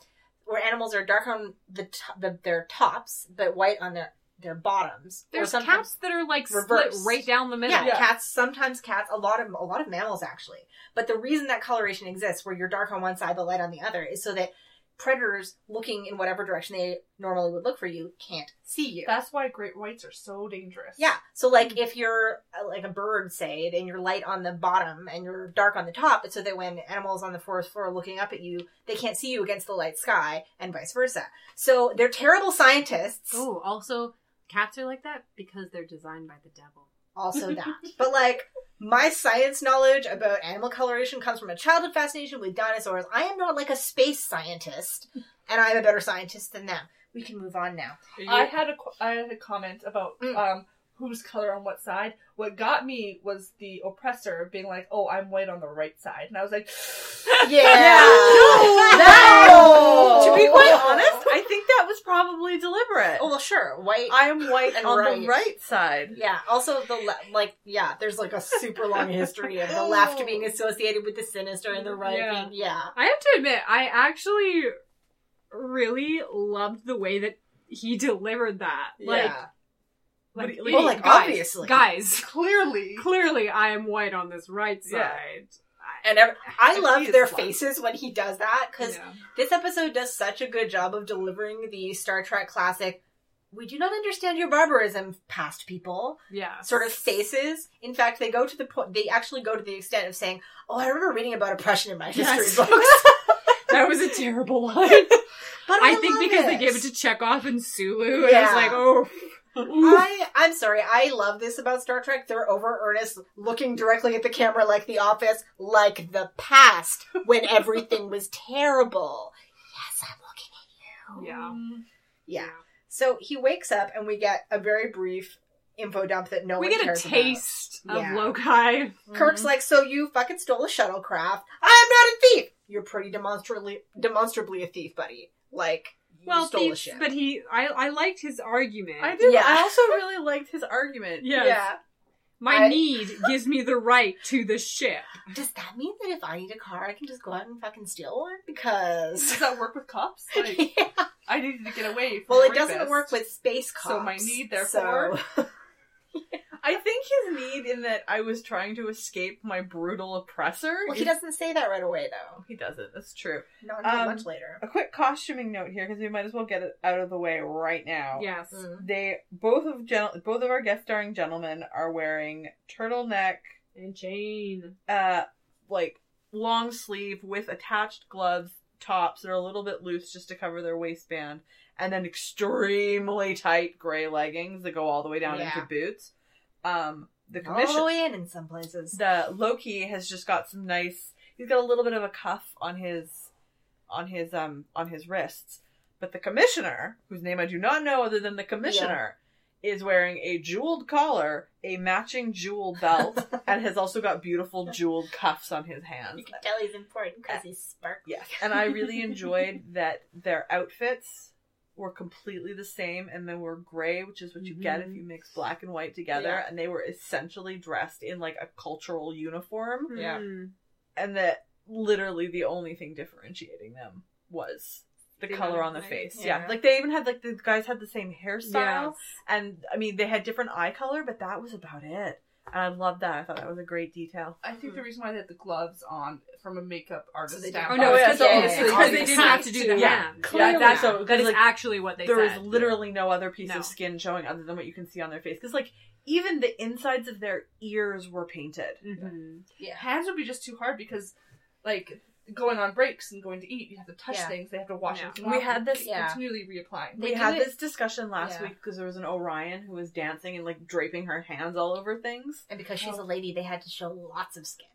S3: Where animals are dark on the, t- the their tops, but white on their their bottoms. Or
S1: There's
S3: sometimes-
S1: cats that are like split
S3: reversed.
S1: right down the middle.
S3: Yeah,
S4: Yeah.
S3: cats. Sometimes cats. A lot of a lot of mammals actually. But the reason that coloration exists, where you're dark on one side but light on the other, is so that predators looking in whatever direction they normally would look for you can't see you.
S4: That's why great whites are so dangerous. Mm-hmm.
S3: Yeah. So like if you're uh, like a bird, say, then you're light on the bottom and you're dark on the top, it's so that when animals on the forest floor are looking up at you, they can't see you against the light sky, and vice versa. So they're terrible scientists.
S1: Oh, also cats are like that because they're designed by the devil.
S3: Also that. but like my science knowledge about animal coloration comes from a childhood fascination with dinosaurs. I am not like a space scientist, and I'm a better scientist than them. We can move on now.
S4: I had a qu- I had a comment about
S3: Mm.
S4: um whose color on what side. What got me was the oppressor being like, "Oh, I'm white on the right side," and I was like,
S3: Yeah.
S2: No! Oh.
S3: No!
S2: To be quite honest, I think that was probably deliberate.
S3: Oh well, sure. White.
S2: I am white
S3: And
S2: on the
S3: right.
S2: right side.
S3: Yeah. Also, the le- like, yeah, there's like a super long history of the left being associated with the sinister and the right
S4: Yeah.
S3: being yeah.
S1: I have to admit, I actually really loved the way that he delivered that. Like,
S3: yeah.
S1: like,
S4: But-
S1: it-
S3: well, like,
S1: guys,
S3: obviously.
S1: guys.
S4: "Clearly,
S1: Clearly, I am white on this right
S4: Yeah.
S1: side.
S3: And ev- I
S4: And
S3: love
S4: he
S3: their
S4: is one.
S3: faces when he does that because
S1: Yeah.
S3: this episode does such a good job of delivering the Star Trek classic. We do not understand your barbarism, past people.
S1: yeah,
S3: sort of faces. In fact, they go to the point. They actually go to the extent of saying, "Oh, I remember reading about oppression in my history
S1: Yes.
S3: books."
S1: that was a terrible line.
S3: But
S1: I think
S3: love
S1: because they gave it to Chekhov and Sulu, and I was
S3: Yeah.
S1: like, oh, oof.
S3: I, I'm sorry. I love this about Star Trek. They're over earnest, looking directly at the camera like The Office, like the past when everything was terrible. Yes, I'm looking
S1: yeah.
S3: at Yeah. So he wakes up, and we get a very brief info dump that no
S1: we
S3: one
S1: get a
S3: cares about.
S1: taste of
S3: Yeah.
S1: loci.
S2: Mm-hmm.
S3: Kirk's
S4: Mm.
S3: like, so you fucking stole a shuttlecraft. I'm not a thief. You're pretty demonstrably demonstrably a thief, buddy. Like, you
S1: Well,
S3: stole
S1: thieves,
S3: the ship.
S1: but he, I, I liked his argument.
S2: I do.
S3: Yeah.
S2: I also really liked his argument.
S1: Yes.
S3: Yeah.
S1: My
S3: I-
S1: need gives me the right to the ship.
S3: Does that mean that if I need a car, I can just go out and fucking steal one? Because.
S4: does that work with cops?" Like, I needed to get away. From
S3: Well, it
S4: the
S3: doesn't
S4: rapist.
S3: work with space cops.
S4: So my
S3: so-
S4: need, therefore-
S2: I think his need in that I was trying to escape my brutal oppressor.
S3: Well, he doesn't say that right away, though.
S2: He doesn't. That's true.
S3: Not until
S4: Um,
S3: much later.
S2: A quick costuming note here because we might as well get it out of the way right now.
S1: Yes.
S3: Mm.
S2: They both of gen- both of our guest starring gentlemen are wearing turtleneck,
S1: And Jane.
S2: uh, like long sleeve with attached gloves, tops that are a little bit loose just to cover their waistband, and then extremely tight gray leggings that go all the way down
S3: Yeah.
S2: into boots. Um, the
S3: All
S2: commission
S3: the way in in some places.
S2: the Loki has just got some nice. He's got a little bit of a cuff on his, on his um on his wrists, but the commissioner, whose name I do not know other than the commissioner, is wearing a jeweled collar, a matching jeweled belt, and has also got beautiful jeweled cuffs on his
S3: You
S2: hands.
S3: can tell he's important because he's sparkly.
S2: Yes, and I really enjoyed that their outfits were completely the same, and they were gray, which is what you get if
S1: Mhm.
S2: you mix black and white together.
S3: Yeah.
S2: And they were essentially dressed in like a cultural uniform
S1: Yeah.
S2: and that literally the only thing differentiating them was the
S1: The
S2: color
S1: amount
S2: on the
S1: of light,
S2: face. Yeah.
S3: yeah.
S2: Like they even had like the guys had the same hairstyle
S1: Yes.
S2: and I mean they had different eye color, but that was about it. And I loved that. I thought that was a great detail.
S4: I think the reason why they had the gloves on from a makeup artist.
S3: So they
S1: Oh
S4: standpoint.
S1: no,
S2: Oh,
S1: it's because
S2: yeah, yeah, yeah, yeah.
S1: they didn't
S4: Obviously.
S1: have to do the
S2: Yeah.
S1: hand.
S3: Clearly.
S1: Yeah, that's,
S2: So, 'cause,
S1: that is
S2: like,
S1: actually what they
S2: There was
S1: said.
S2: literally no other piece
S1: No.
S2: of skin showing other than what you can see on their face. Because like even the insides of their ears were painted.
S1: Mhm.
S3: Yeah.
S4: hands would be just too hard because like going on breaks and going to eat. You have to touch
S3: Yeah.
S4: things. They have to wash
S1: Mm-hmm. Yeah.
S4: and
S2: We had this-
S4: yeah.
S3: Yeah.
S4: continually reapplying.
S1: They
S2: we
S1: do
S2: had
S1: it-
S2: this discussion last
S3: Yeah.
S2: week because there was an Orion who was dancing and like draping her hands all over things.
S3: And because
S1: Oh.
S3: she's a lady, they had to show lots of skin.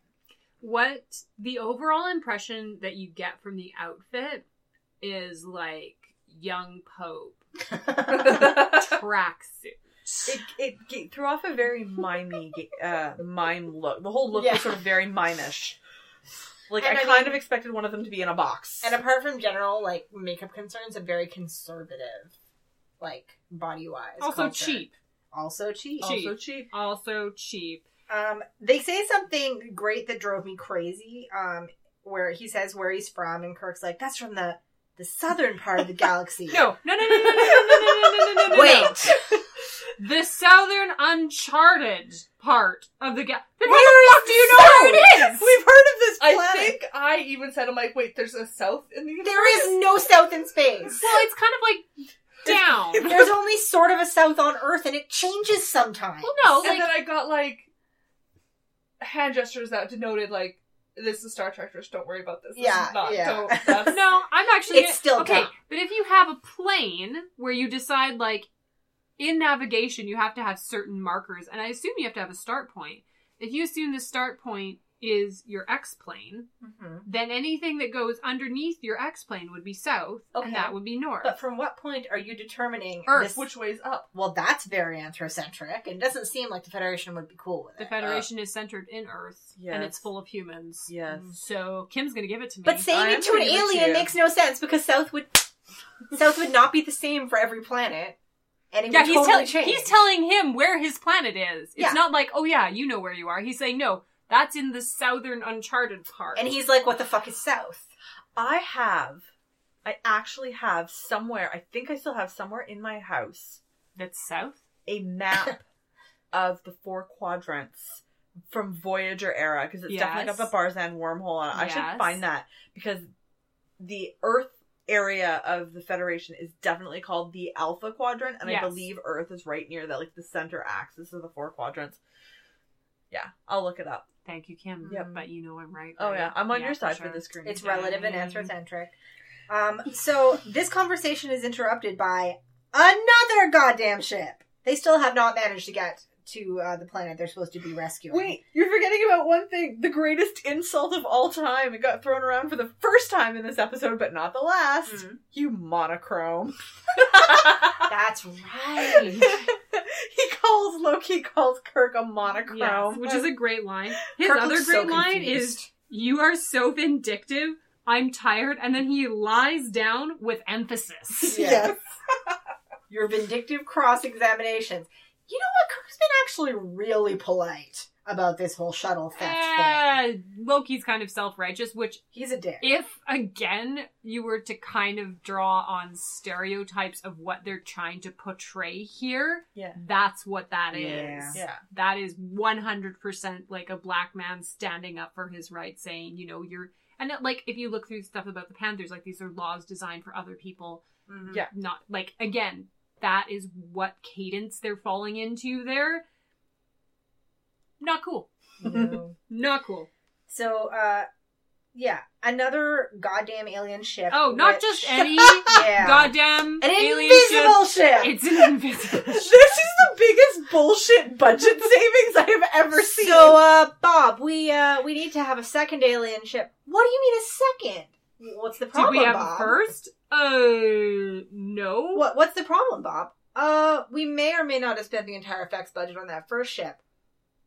S1: what the overall impression that you get from the outfit is like young Pope tracksuit.
S2: It, it g- threw off a very mimey, g- uh, mime look. The whole look
S3: Yeah.
S2: was sort of very mimish. Like
S3: And
S2: I,
S3: I
S2: kind
S3: mean-
S2: of expected one of them to be in a box.
S3: and apart from general like makeup concerns, a very conservative, like body wise.
S1: Also cheap.
S3: Also
S1: cheap.
S3: cheap.
S2: also cheap.
S1: Also cheap.
S3: Um, they say something great that drove me crazy. Um, where he says where he's from, and Kirk's like, "That's from the the southern part of the galaxy."
S1: No, no, no, no, no, no, no, no, no, no, no, no.
S3: Wait.
S1: The southern uncharted part of the ga- Then
S3: Where
S1: how the fuck
S3: is
S1: do you know where it is?
S3: We've heard of this
S4: I
S3: planet.
S4: think I even said, I'm like, wait, there's a south in the universe?
S3: there is no south in space.
S1: Well, it's kind of like down.
S3: There's only sort of a south on Earth, and it changes sometimes.
S1: Well, no,
S4: And
S1: like
S4: then I got like hand gestures that denoted like this is Star Trek Trish, don't worry about this. This
S3: Yeah,
S4: is not
S3: yeah.
S4: don't that's-
S1: No, I'm actually.
S3: It's still
S1: okay.
S3: dumb.
S1: But if you have a plane where you decide, like, in navigation, you have to have certain markers, and I assume you have to have a start point. If you assume the start point is your X plane,
S3: Mhm.
S1: then anything that goes underneath your X plane would be south,
S3: Okay.
S1: and that would be north.
S3: But from what point are you determining
S1: Earth,
S3: this?
S4: Which way's up?
S3: well, that's very anthrocentric, and doesn't seem like the Federation would be cool with
S1: the
S3: it.
S1: Federation is centered in Earth, and
S2: Yes.
S1: it's full of humans.
S2: Yes.
S1: So Kim's gonna give it to me.
S3: But saying
S2: I am
S3: it to an
S2: pretty with
S3: alien
S2: you.
S3: makes no sense because South would South would not be the same for every planet, and it
S1: yeah,
S3: would
S1: he's, tell-
S3: totally change.
S1: he's telling him where his planet is. It's
S3: Yeah.
S1: not like, oh yeah, you know where you are. He's saying, no, that's in the southern uncharted part.
S3: and he's like, "What the fuck is South?"
S2: I have, I actually have somewhere. I think I still have somewhere in my house
S1: that's south.
S2: a map of the four quadrants from Voyager era because it's definitely
S1: Yes.
S2: got the Barzan wormhole on it. I
S1: Yes.
S2: should find that because the Earth area of the Federation is definitely called the Alpha Quadrant, and
S1: Yes.
S2: I believe Earth is right near that, like the center axis of the four quadrants. Yeah, I'll look it up.
S1: Thank you, Kim.
S3: Yep.
S1: But you know I'm right.
S2: Oh
S1: right?
S2: yeah, I'm on your side
S1: sure.
S2: for this screen.
S3: It's
S1: Yeah.
S3: relative and anthrocentric. Um, so this conversation is interrupted by another goddamn ship. They still have not managed to get to uh, the planet they're supposed to be rescuing.
S2: Wait, you're forgetting about one thing. The greatest insult of all time. It got thrown around for the first time in this episode, but not the last.
S1: Mhm.
S2: You monochrome.
S3: that's right.
S2: he calls Loki calls Kirk a monochrome.
S1: Yes, which is a great line. His
S3: Kirk
S1: other
S3: looks
S1: great
S3: so
S1: line
S3: confused.
S1: is, "You are so vindictive. I'm tired." And then he lies down with emphasis.
S3: Yeah.
S2: Yes.
S3: Your vindictive cross examinations. You know what? Kirk's been actually really polite about this whole shuttle theft thing.
S1: Uh, Loki's kind of self-righteous, which
S3: He's a dick.
S1: if again you were to kind of draw on stereotypes of what they're trying to portray here,
S2: Yeah.
S1: that's what that is.
S3: Yeah.
S2: Yeah.
S1: That is 100% like a black man standing up for his rights, saying, you know, you're. And it, like, if you look through stuff about the Panthers, like, these are laws designed for other people.
S3: Mhm.
S2: Yeah.
S1: Not, like, again, that is what cadence they're falling into there. Not cool.
S3: No.
S1: Not cool.
S3: Mm-hmm. so, uh, yeah, another goddamn alien ship.
S1: Oh, not
S3: which-
S1: just any
S3: yeah,
S1: goddamn
S3: an
S1: alien
S3: invisible ship.
S1: ship. It's an invisible
S2: This is the biggest bullshit budget savings I have ever seen.
S3: So, uh, Bob, we uh, we need to have a second alien ship. What do you mean a second? What's the
S1: Did
S3: problem,
S1: we have
S3: Bob?
S1: a first? Uh, no.
S3: What What's the problem, Bob? Uh, we may or may not have spent the entire effects budget on that first ship.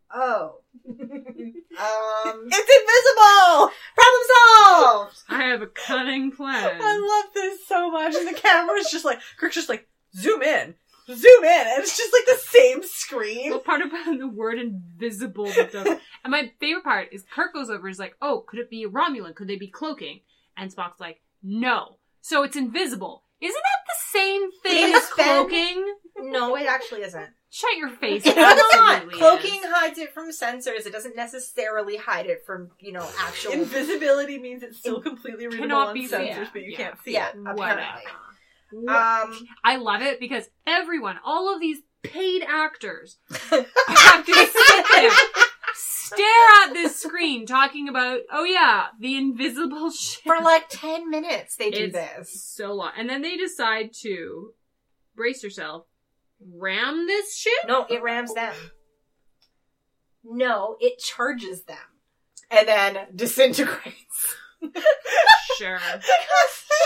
S3: Oh. um.
S2: it's invisible.
S3: Problem solved.
S1: I have a cunning plan.
S2: I love this so much. And the camera's just like Kirk's just like zoom in, zoom in, and it's just like the same screen.
S1: What part about the word invisible? That does and my favorite part is Kirk goes over. Is like, oh, could it be a Romulan? Could they be cloaking? And Spock's like, no. So it's invisible. Isn't that the same thing
S3: It
S1: as
S3: is, Ben.
S1: cloaking?
S3: No, it actually isn't.
S1: Shut your face.
S3: It's not.
S1: absolutely is.
S3: Cloaking hides it from sensors. It doesn't necessarily hide it from you know actual.
S2: Invisibility means it's still completely readable
S1: cannot
S2: on
S1: be
S2: sensors,
S1: seen.
S2: but you
S1: Yeah.
S2: can't see
S3: yeah,
S2: it.
S3: apparently.
S1: Whatever. What?
S3: Um.
S1: I love it because everyone, all of these paid actors, have to sit there, stare at this screen talking about, oh yeah, the invisible ship.
S3: For like 10 minutes, they do
S1: It's
S3: this.
S1: so long. And then they decide to, brace yourself, ram this ship?
S3: No, it rams them. No, it charges them. And then disintegrates.
S1: Sure.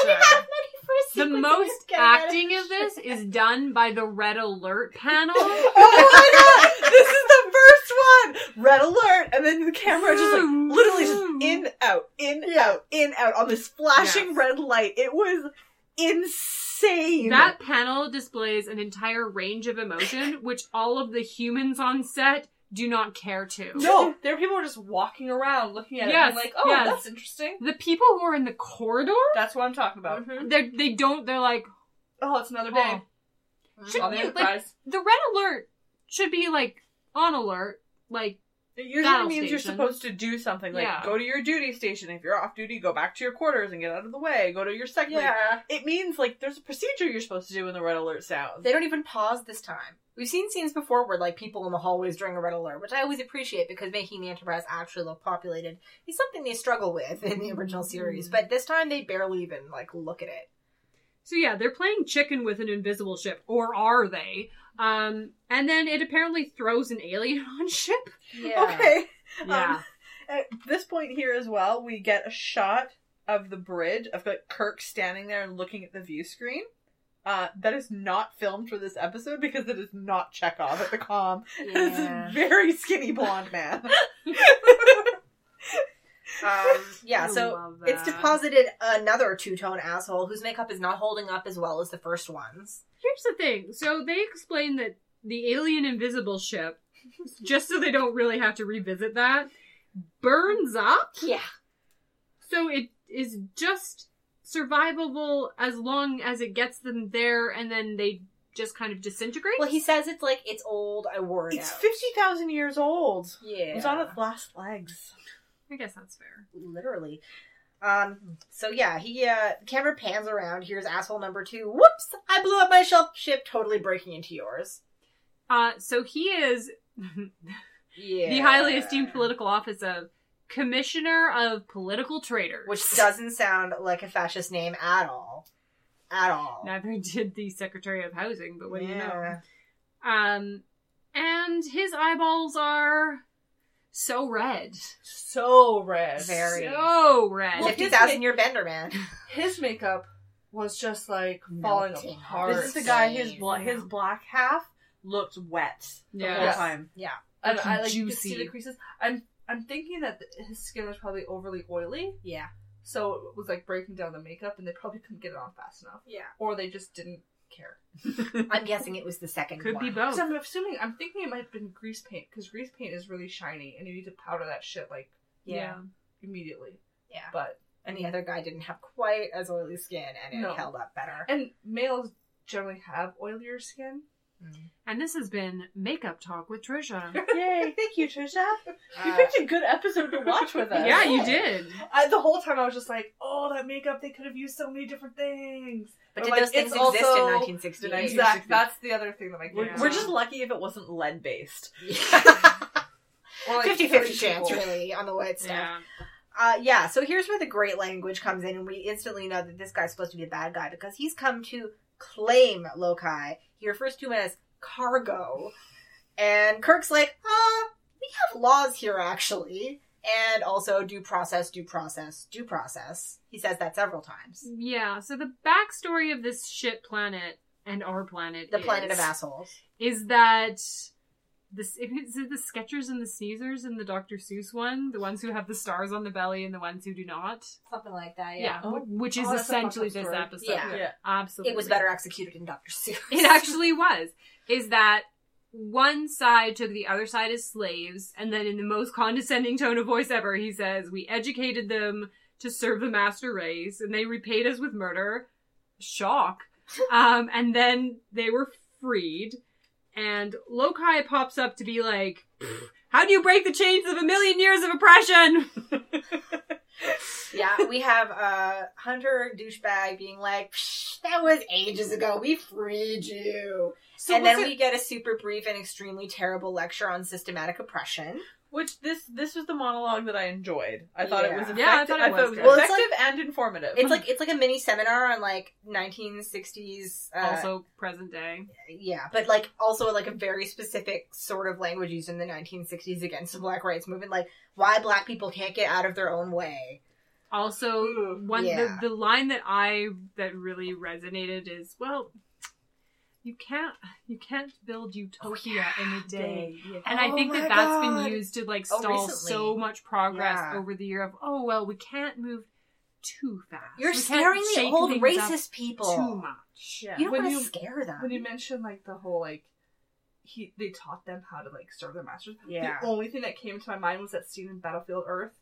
S3: They have money for
S1: The
S3: a sequence and
S1: most
S3: just get out
S1: acting of this is done by the red alert panel.
S2: Oh my god! This is the first one! Red alert! And then the camera just like literally just in, out, in, out, in, out on this flashing
S1: Yes.
S2: red light. It was insane.
S1: That panel displays an entire range of emotion, which all of the humans on set do not care to.
S4: No, there are people who are just walking around looking at
S1: Yes,
S4: it and like, oh,
S1: yes.
S4: that's interesting.
S1: The people who are in the corridor,
S4: That's what I'm talking about.
S3: Mhm.
S1: they they don't. They're like,
S4: Oh, it's another day.
S1: Shouldn't
S4: on the
S1: you, like-
S4: Enterprise.
S1: the red alert should be like on alert. Like,
S2: It usually
S1: Battle
S2: means
S1: station.
S2: you're supposed to do something like
S1: Yeah.
S2: go to your duty station. If you're off duty, go back to your quarters and get out of the way. Go to your second.
S3: Yeah.
S2: It means like there's a procedure you're supposed to do when the red alert sounds.
S3: They don't even pause this time. We've seen scenes before where like people in the hallways during a red alert, which I always appreciate because making the Enterprise actually look populated is something they struggle with in the original series.
S1: Mm.
S3: But this time they barely even like look at it.
S1: so yeah, they're playing chicken with an invisible ship, or are they? Um, and then it apparently throws an alien on ship.
S3: Yeah.
S2: Okay.
S1: Yeah,
S2: At this point here as well, we get a shot of the bridge of like Kirk standing there and looking at the view screen. Uh, that is not filmed for this episode because it is not Chekhov at the com. It's a
S3: Yeah.
S2: very skinny blonde man.
S3: Um, yeah.
S1: I
S3: So
S1: love
S3: it's
S1: that.
S3: deposited another two tone asshole whose makeup is not holding up as well as the first one's.
S1: Here's the thing. So they explain that the alien invisible ship, just so they don't really have to revisit that, burns up.
S3: Yeah.
S1: So it is just survivable as long as it gets them there and then they just kind of disintegrate.
S3: Well, he says it's like it's old. I wore it
S2: it's
S3: out.
S2: fifty thousand years old.
S3: Yeah.
S2: It was on its last legs.
S1: I guess that's fair.
S3: literally. Um, so yeah, he uh camera pans around, here's asshole number two. Whoops! I blew up my shell ship, totally breaking into yours.
S1: Uh, so he is
S3: Yeah.
S1: the highly esteemed political office of Commissioner of Political Traitors.
S3: Which doesn't sound like a fascist name at all. At all.
S1: neither did the Secretary of Housing, but what do you know?
S3: Yeah.
S1: Um, and his eyeballs are so red.
S4: So red.
S3: Very.
S1: So red.
S4: Well,
S3: Fifty
S4: his
S3: thousand
S4: ma-
S3: year bender man.
S4: His makeup was just like
S3: Melting.
S4: falling apart.
S2: This is the guy. His
S3: Jeez.
S2: bla- his black half looked wet the
S1: Yeah.
S2: whole
S4: Yes.
S2: time.
S4: and
S1: looking
S4: I like you could
S1: juicy.
S4: see the creases. I'm I'm thinking that th- his skin was probably overly oily,
S3: Yeah.
S4: so it was like breaking down the makeup, and they probably couldn't get it on fast enough,
S3: Yeah.
S4: or they just didn't care.
S3: I'm guessing it was the second
S1: Could
S3: one.
S1: be
S4: 'Cause
S1: both.
S4: I'm assuming I'm thinking it might have been grease paint because grease paint is really shiny, and you need to powder that shit like
S3: Yeah.
S4: immediately.
S3: Yeah.
S4: But
S3: And the other guy didn't have quite as oily skin and it
S4: No.
S3: held up better.
S4: and males generally have oilier skin.
S3: Mm.
S1: And this has been Makeup Talk with Trisha.
S2: Yay! Thank you, Trisha. you
S3: Uh,
S2: picked a good episode to watch with us.
S1: yeah, you did.
S4: I, the whole time I was just like, oh, that makeup they could have used so many different things.
S3: but did
S4: like,
S3: those things
S4: it's
S3: exist
S4: also-
S3: in
S2: Exactly.
S3: 1968?
S4: Exactly. That's the other thing that I
S2: We're,
S4: can't.
S2: we're just lucky if it wasn't lead based.
S4: Or, like,
S3: 50
S4: three
S3: 50 chance,
S4: people.
S3: really, on the white stuff.
S1: Yeah.
S3: Uh, yeah, so here's where the great language comes in, and we instantly know that this guy's supposed to be a bad guy because he's come to claim Lokai. He refers to him as cargo. And Kirk's like, uh, we have laws here, actually. And also, due process, due process, due process. He says that several times.
S1: Yeah. So the backstory of this shit planet and our planet,
S3: The
S1: is,
S3: planet of assholes.
S1: is that this is it the Skechers and the Sneezers and the Dr. Seuss one, the ones who have the stars on the belly and the ones who do not.
S3: Something like that,
S1: Yeah,
S2: Oh.
S1: wh- which is
S4: Oh, that's a fucked
S1: essentially
S4: up
S1: this
S4: story.
S1: episode.
S3: Yeah.
S1: Absolutely.
S3: It was better executed in Dr. Seuss.
S1: It actually was. Is that one side took the other side as slaves, and then in the most condescending tone of voice ever, he says, We educated them to serve the master race, and they repaid us with murder. Shock. Um, and then they were freed, and Lokai pops up to be like, How do you break the chains of a million years of oppression?
S3: Yeah, we have uh, Hunter douchebag being like, Psh, That was ages ago. We freed you.
S1: So
S3: and
S1: was
S3: then
S1: it-
S3: we get a super brief and extremely terrible lecture on systematic oppression.
S2: Which this this was the monologue that I enjoyed. I thought it was
S3: Yeah.
S2: effective.
S1: Yeah, I thought it was good.
S3: Well, it's
S2: effective and informative.
S1: Hmm.
S3: It's like it's like a mini seminar on like 1960s. Uh,
S1: also present day.
S3: yeah, but like also like a very specific sort of language used in the 1960s against the Black Rights Movement, like why Black people can't get out of their own way.
S1: Also,
S4: Ooh,
S1: one
S3: yeah.
S1: the, the line that I that really resonated is well, you can't you can't build utopia in a day. And I
S3: Oh
S1: think
S3: my
S1: that that's
S3: God.
S1: been used to like
S3: Oh,
S1: stall
S3: recently.
S1: so much progress
S3: Yeah.
S1: over the year of oh well we can't move too fast.
S3: You're
S1: We can't
S3: scaring the
S1: shake
S3: old
S1: things up
S3: racist people.
S1: too much.
S4: Yeah.
S3: You don't
S4: When
S3: want to
S4: you-
S3: scare them.
S4: When you mentioned like the whole like he they taught them how to like serve their masters.
S3: Yeah.
S4: The only thing that came to my mind was that scene in Battlefield Earth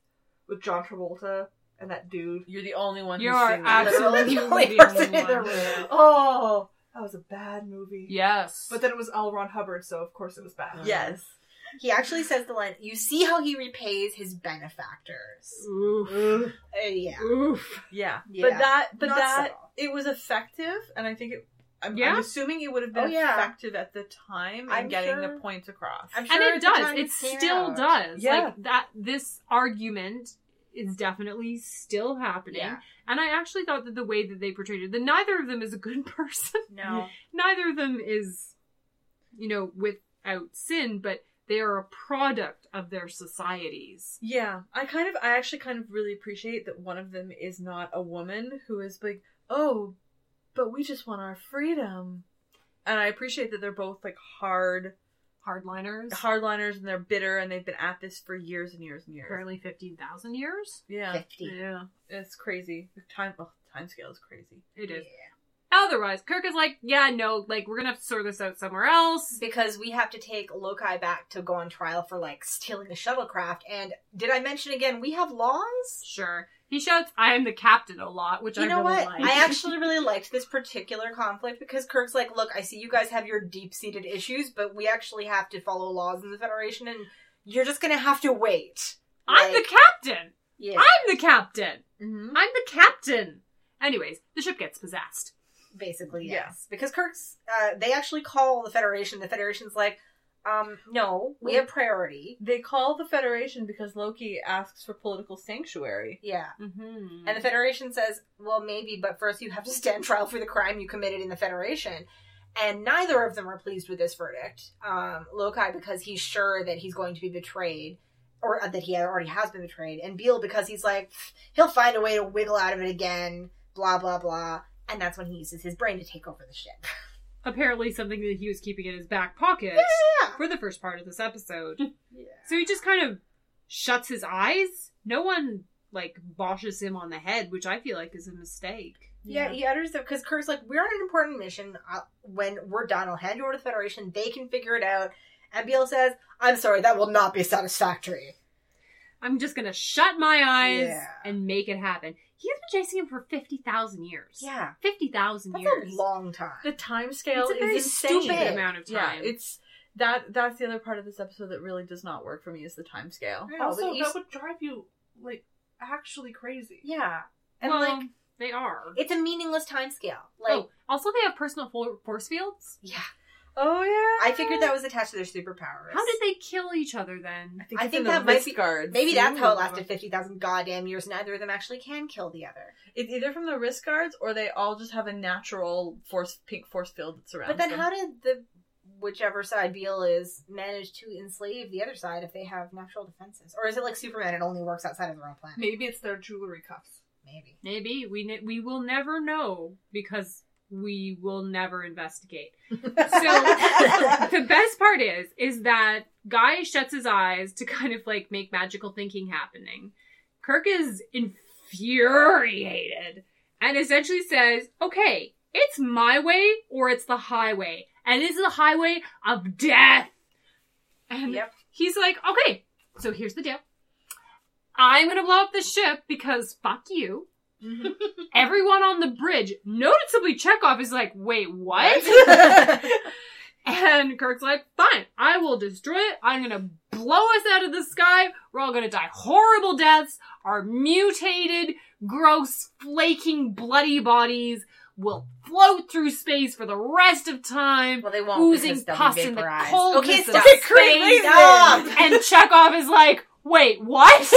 S4: with John Travolta and that dude.
S2: You're the only one.
S1: You
S2: who's
S1: are
S2: seen that.
S3: Literally
S1: absolutely
S3: the only
S1: the
S3: person
S1: only
S3: in the
S1: one.
S3: room.
S4: Oh, that was a bad movie.
S1: Yes.
S4: But then it was L. Ron Hubbard, so of course it was
S3: Uh-huh.
S4: bad.
S2: Yes.
S3: He actually says the line, "You see how he repays his benefactors."
S1: Oof.
S3: Uh, yeah.
S1: Oof.
S2: Yeah.
S3: Yeah.
S2: But that but
S3: Not
S2: that
S3: subtle.
S2: it was effective and I think it I'm, I'm
S1: Yeah.
S2: assuming it would have been
S3: Oh, yeah.
S2: effective at the time in
S3: I'm
S2: getting
S3: sure-
S2: the points across.
S3: I'm
S1: and
S3: sure
S1: it
S3: at the
S1: does.
S3: time
S1: It
S3: it came
S1: still
S3: out.
S1: does.
S4: Yeah.
S1: Like that this argument is definitely still happening.
S3: Yeah.
S1: And I actually thought that the way that they portrayed it, that neither of them is a good person.
S3: No.
S1: neither of them is, you know, without sin, but they are a product of their societies.
S2: Yeah, I kind of, I actually kind of really appreciate that one of them is not a woman who is like, oh, but we just want our freedom. And I appreciate that they're both like hard
S1: Hardliners.
S2: hardliners and they're bitter and they've been at this for years and years and years.
S1: Barely 15,000 years.
S2: Yeah,
S3: 50.
S1: Yeah.
S2: it's crazy. The time oh, time scale is crazy.
S1: It is.
S3: Yeah.
S1: Otherwise, Kirk is like, yeah, no, like, we're going to have to sort this out somewhere else.
S3: because we have to take Loki back to go on trial for like stealing a shuttlecraft. And did I mention again we have laws?
S1: Sure. He shouts, I am the captain a lot, which I
S3: you know
S1: really
S3: what?
S1: like.
S3: I actually really liked this particular conflict because Kirk's like, look, I see you guys have your deep seated issues, but we actually have to follow laws in the Federation, and you're just gonna have to wait.
S1: I'm the
S3: Like,
S1: captain!
S3: yeah,
S1: I'm the captain!
S2: Mm-hmm.
S1: I'm the captain! Anyways, the ship gets possessed.
S3: basically
S2: Yeah.
S3: yes, because Kirk's uh, they actually call the Federation. The Federation's like, um, no, we have priority.
S2: They call the Federation because Loki asks for political sanctuary.
S3: Yeah.
S1: Mm-hmm.
S3: And the Federation says, well, maybe, but first you have to stand trial for the crime you committed in the Federation. And neither of them are pleased with this verdict. Um, Loki, because he's sure that he's going to be betrayed, or uh, that he already has been betrayed. And Beale, because he's like, "Pff, he'll find a way to wiggle out of it again, blah, blah, blah. And that's when he uses his brain to take over the ship.
S1: apparently something that he was keeping in his back pocket
S3: yeah.
S1: for the first part of this episode.
S3: Yeah.
S1: So he just kind of shuts his eyes. No one like boshes him on the head, which I feel like is a mistake.
S3: Yeah, he utters that because Kirk's like, we're on an important mission. Uh, when we're done, I'll hand you over to the Federation. They can figure it out. And Beale says, I'm sorry, that will not be satisfactory.
S1: I'm just gonna shut my eyes
S3: Yeah.
S1: and make it happen. He's been chasing him for fifty thousand years.
S3: Yeah.
S1: fifty thousand
S3: That's
S1: years.
S3: a long time.
S2: The time scale
S1: It's a very
S2: is insane.
S1: stupid amount of
S2: Yeah,
S1: time.
S2: it's that. That's the other part of this episode that really does not work for me is the time scale.
S3: I know,
S4: Also,
S3: but you-
S4: that would drive you like actually crazy.
S3: yeah. And
S1: well,
S3: like,
S1: they are.
S3: it's a meaningless time scale. Like,
S1: oh, also they have personal for- force fields.
S3: yeah.
S2: Oh yeah.
S3: I figured that was attached to their superpowers.
S1: How did they kill each other then?
S2: think,
S3: I
S2: it's
S3: think
S2: in the
S3: that might
S2: wrist
S3: be-
S2: guards.
S3: Maybe that's how it
S1: Ooh.
S3: lasted 50,000 goddamn years. Neither of them actually can kill the other.
S2: It's either from the wrist guards or they all just have a natural force pink force field that surrounds
S3: But then
S2: them.
S3: how did the whichever side Beale is manage to enslave the other side if they have natural defenses? Or is it like Superman, it only works outside of their own planet?
S4: Maybe it's their jewelry cuffs.
S3: Maybe.
S1: Maybe we ne- we will never know because we will never investigate. So- the best part is is that guy shuts his eyes to kind of like make magical thinking happening kirk is infuriated and essentially says okay it's my way or it's the highway and this is the highway of death and
S3: Yep.
S1: he's like okay so here's the deal i'm gonna blow up the ship because fuck you everyone on the bridge noticeably chekhov is like wait what and Kirk's like, fine, I will destroy it. I'm gonna blow us out of the sky. We're all gonna die horrible deaths. Our mutated, gross, flaking, bloody bodies will float through space for the rest of time,
S5: Well, they won't.
S1: oozing
S5: because they'll be
S1: pus in the
S5: vaporized.
S1: coldness
S3: Okay,
S1: of
S3: stop it,
S1: space.
S3: Stop.
S1: And Chekhov is like, wait, what?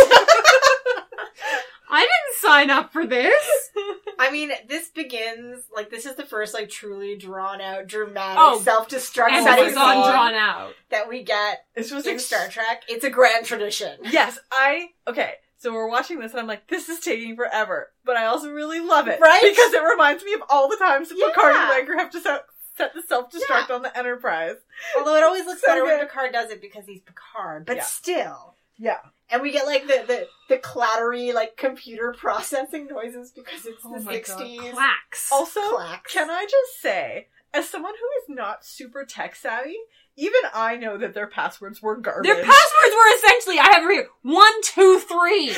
S1: I didn't sign up for this.
S3: I mean, this begins like this is the first like truly drawn out, dramatic,
S1: Oh,
S3: self-destruct
S1: And
S3: setting
S1: this is on
S3: scene
S1: drawn out.
S3: that we get
S2: This was
S3: in Star Trek. It's a grand tradition.
S2: Yes, I okay. So we're watching this, and I'm like, "This is taking forever," but I also really love it,
S3: Right?
S2: Because it reminds me of all the times that
S3: Yeah.
S2: Picard and Riker have to set, set the self destruct on the Enterprise.
S3: Although it always looks
S2: So
S3: better when
S2: good.
S3: Picard does it because he's Picard, but
S2: Yeah.
S3: still.
S2: Yeah.
S3: And we get like the the, the clattery like computer processing noises because it's
S4: Oh
S3: the
S4: my God,
S3: sixties.
S1: Clacks.
S2: Also,
S3: Clacks.
S2: can I just say, as someone who is not super tech savvy, even I know that their passwords were garbage.
S1: Their passwords were essentially, I have re- one, two, three.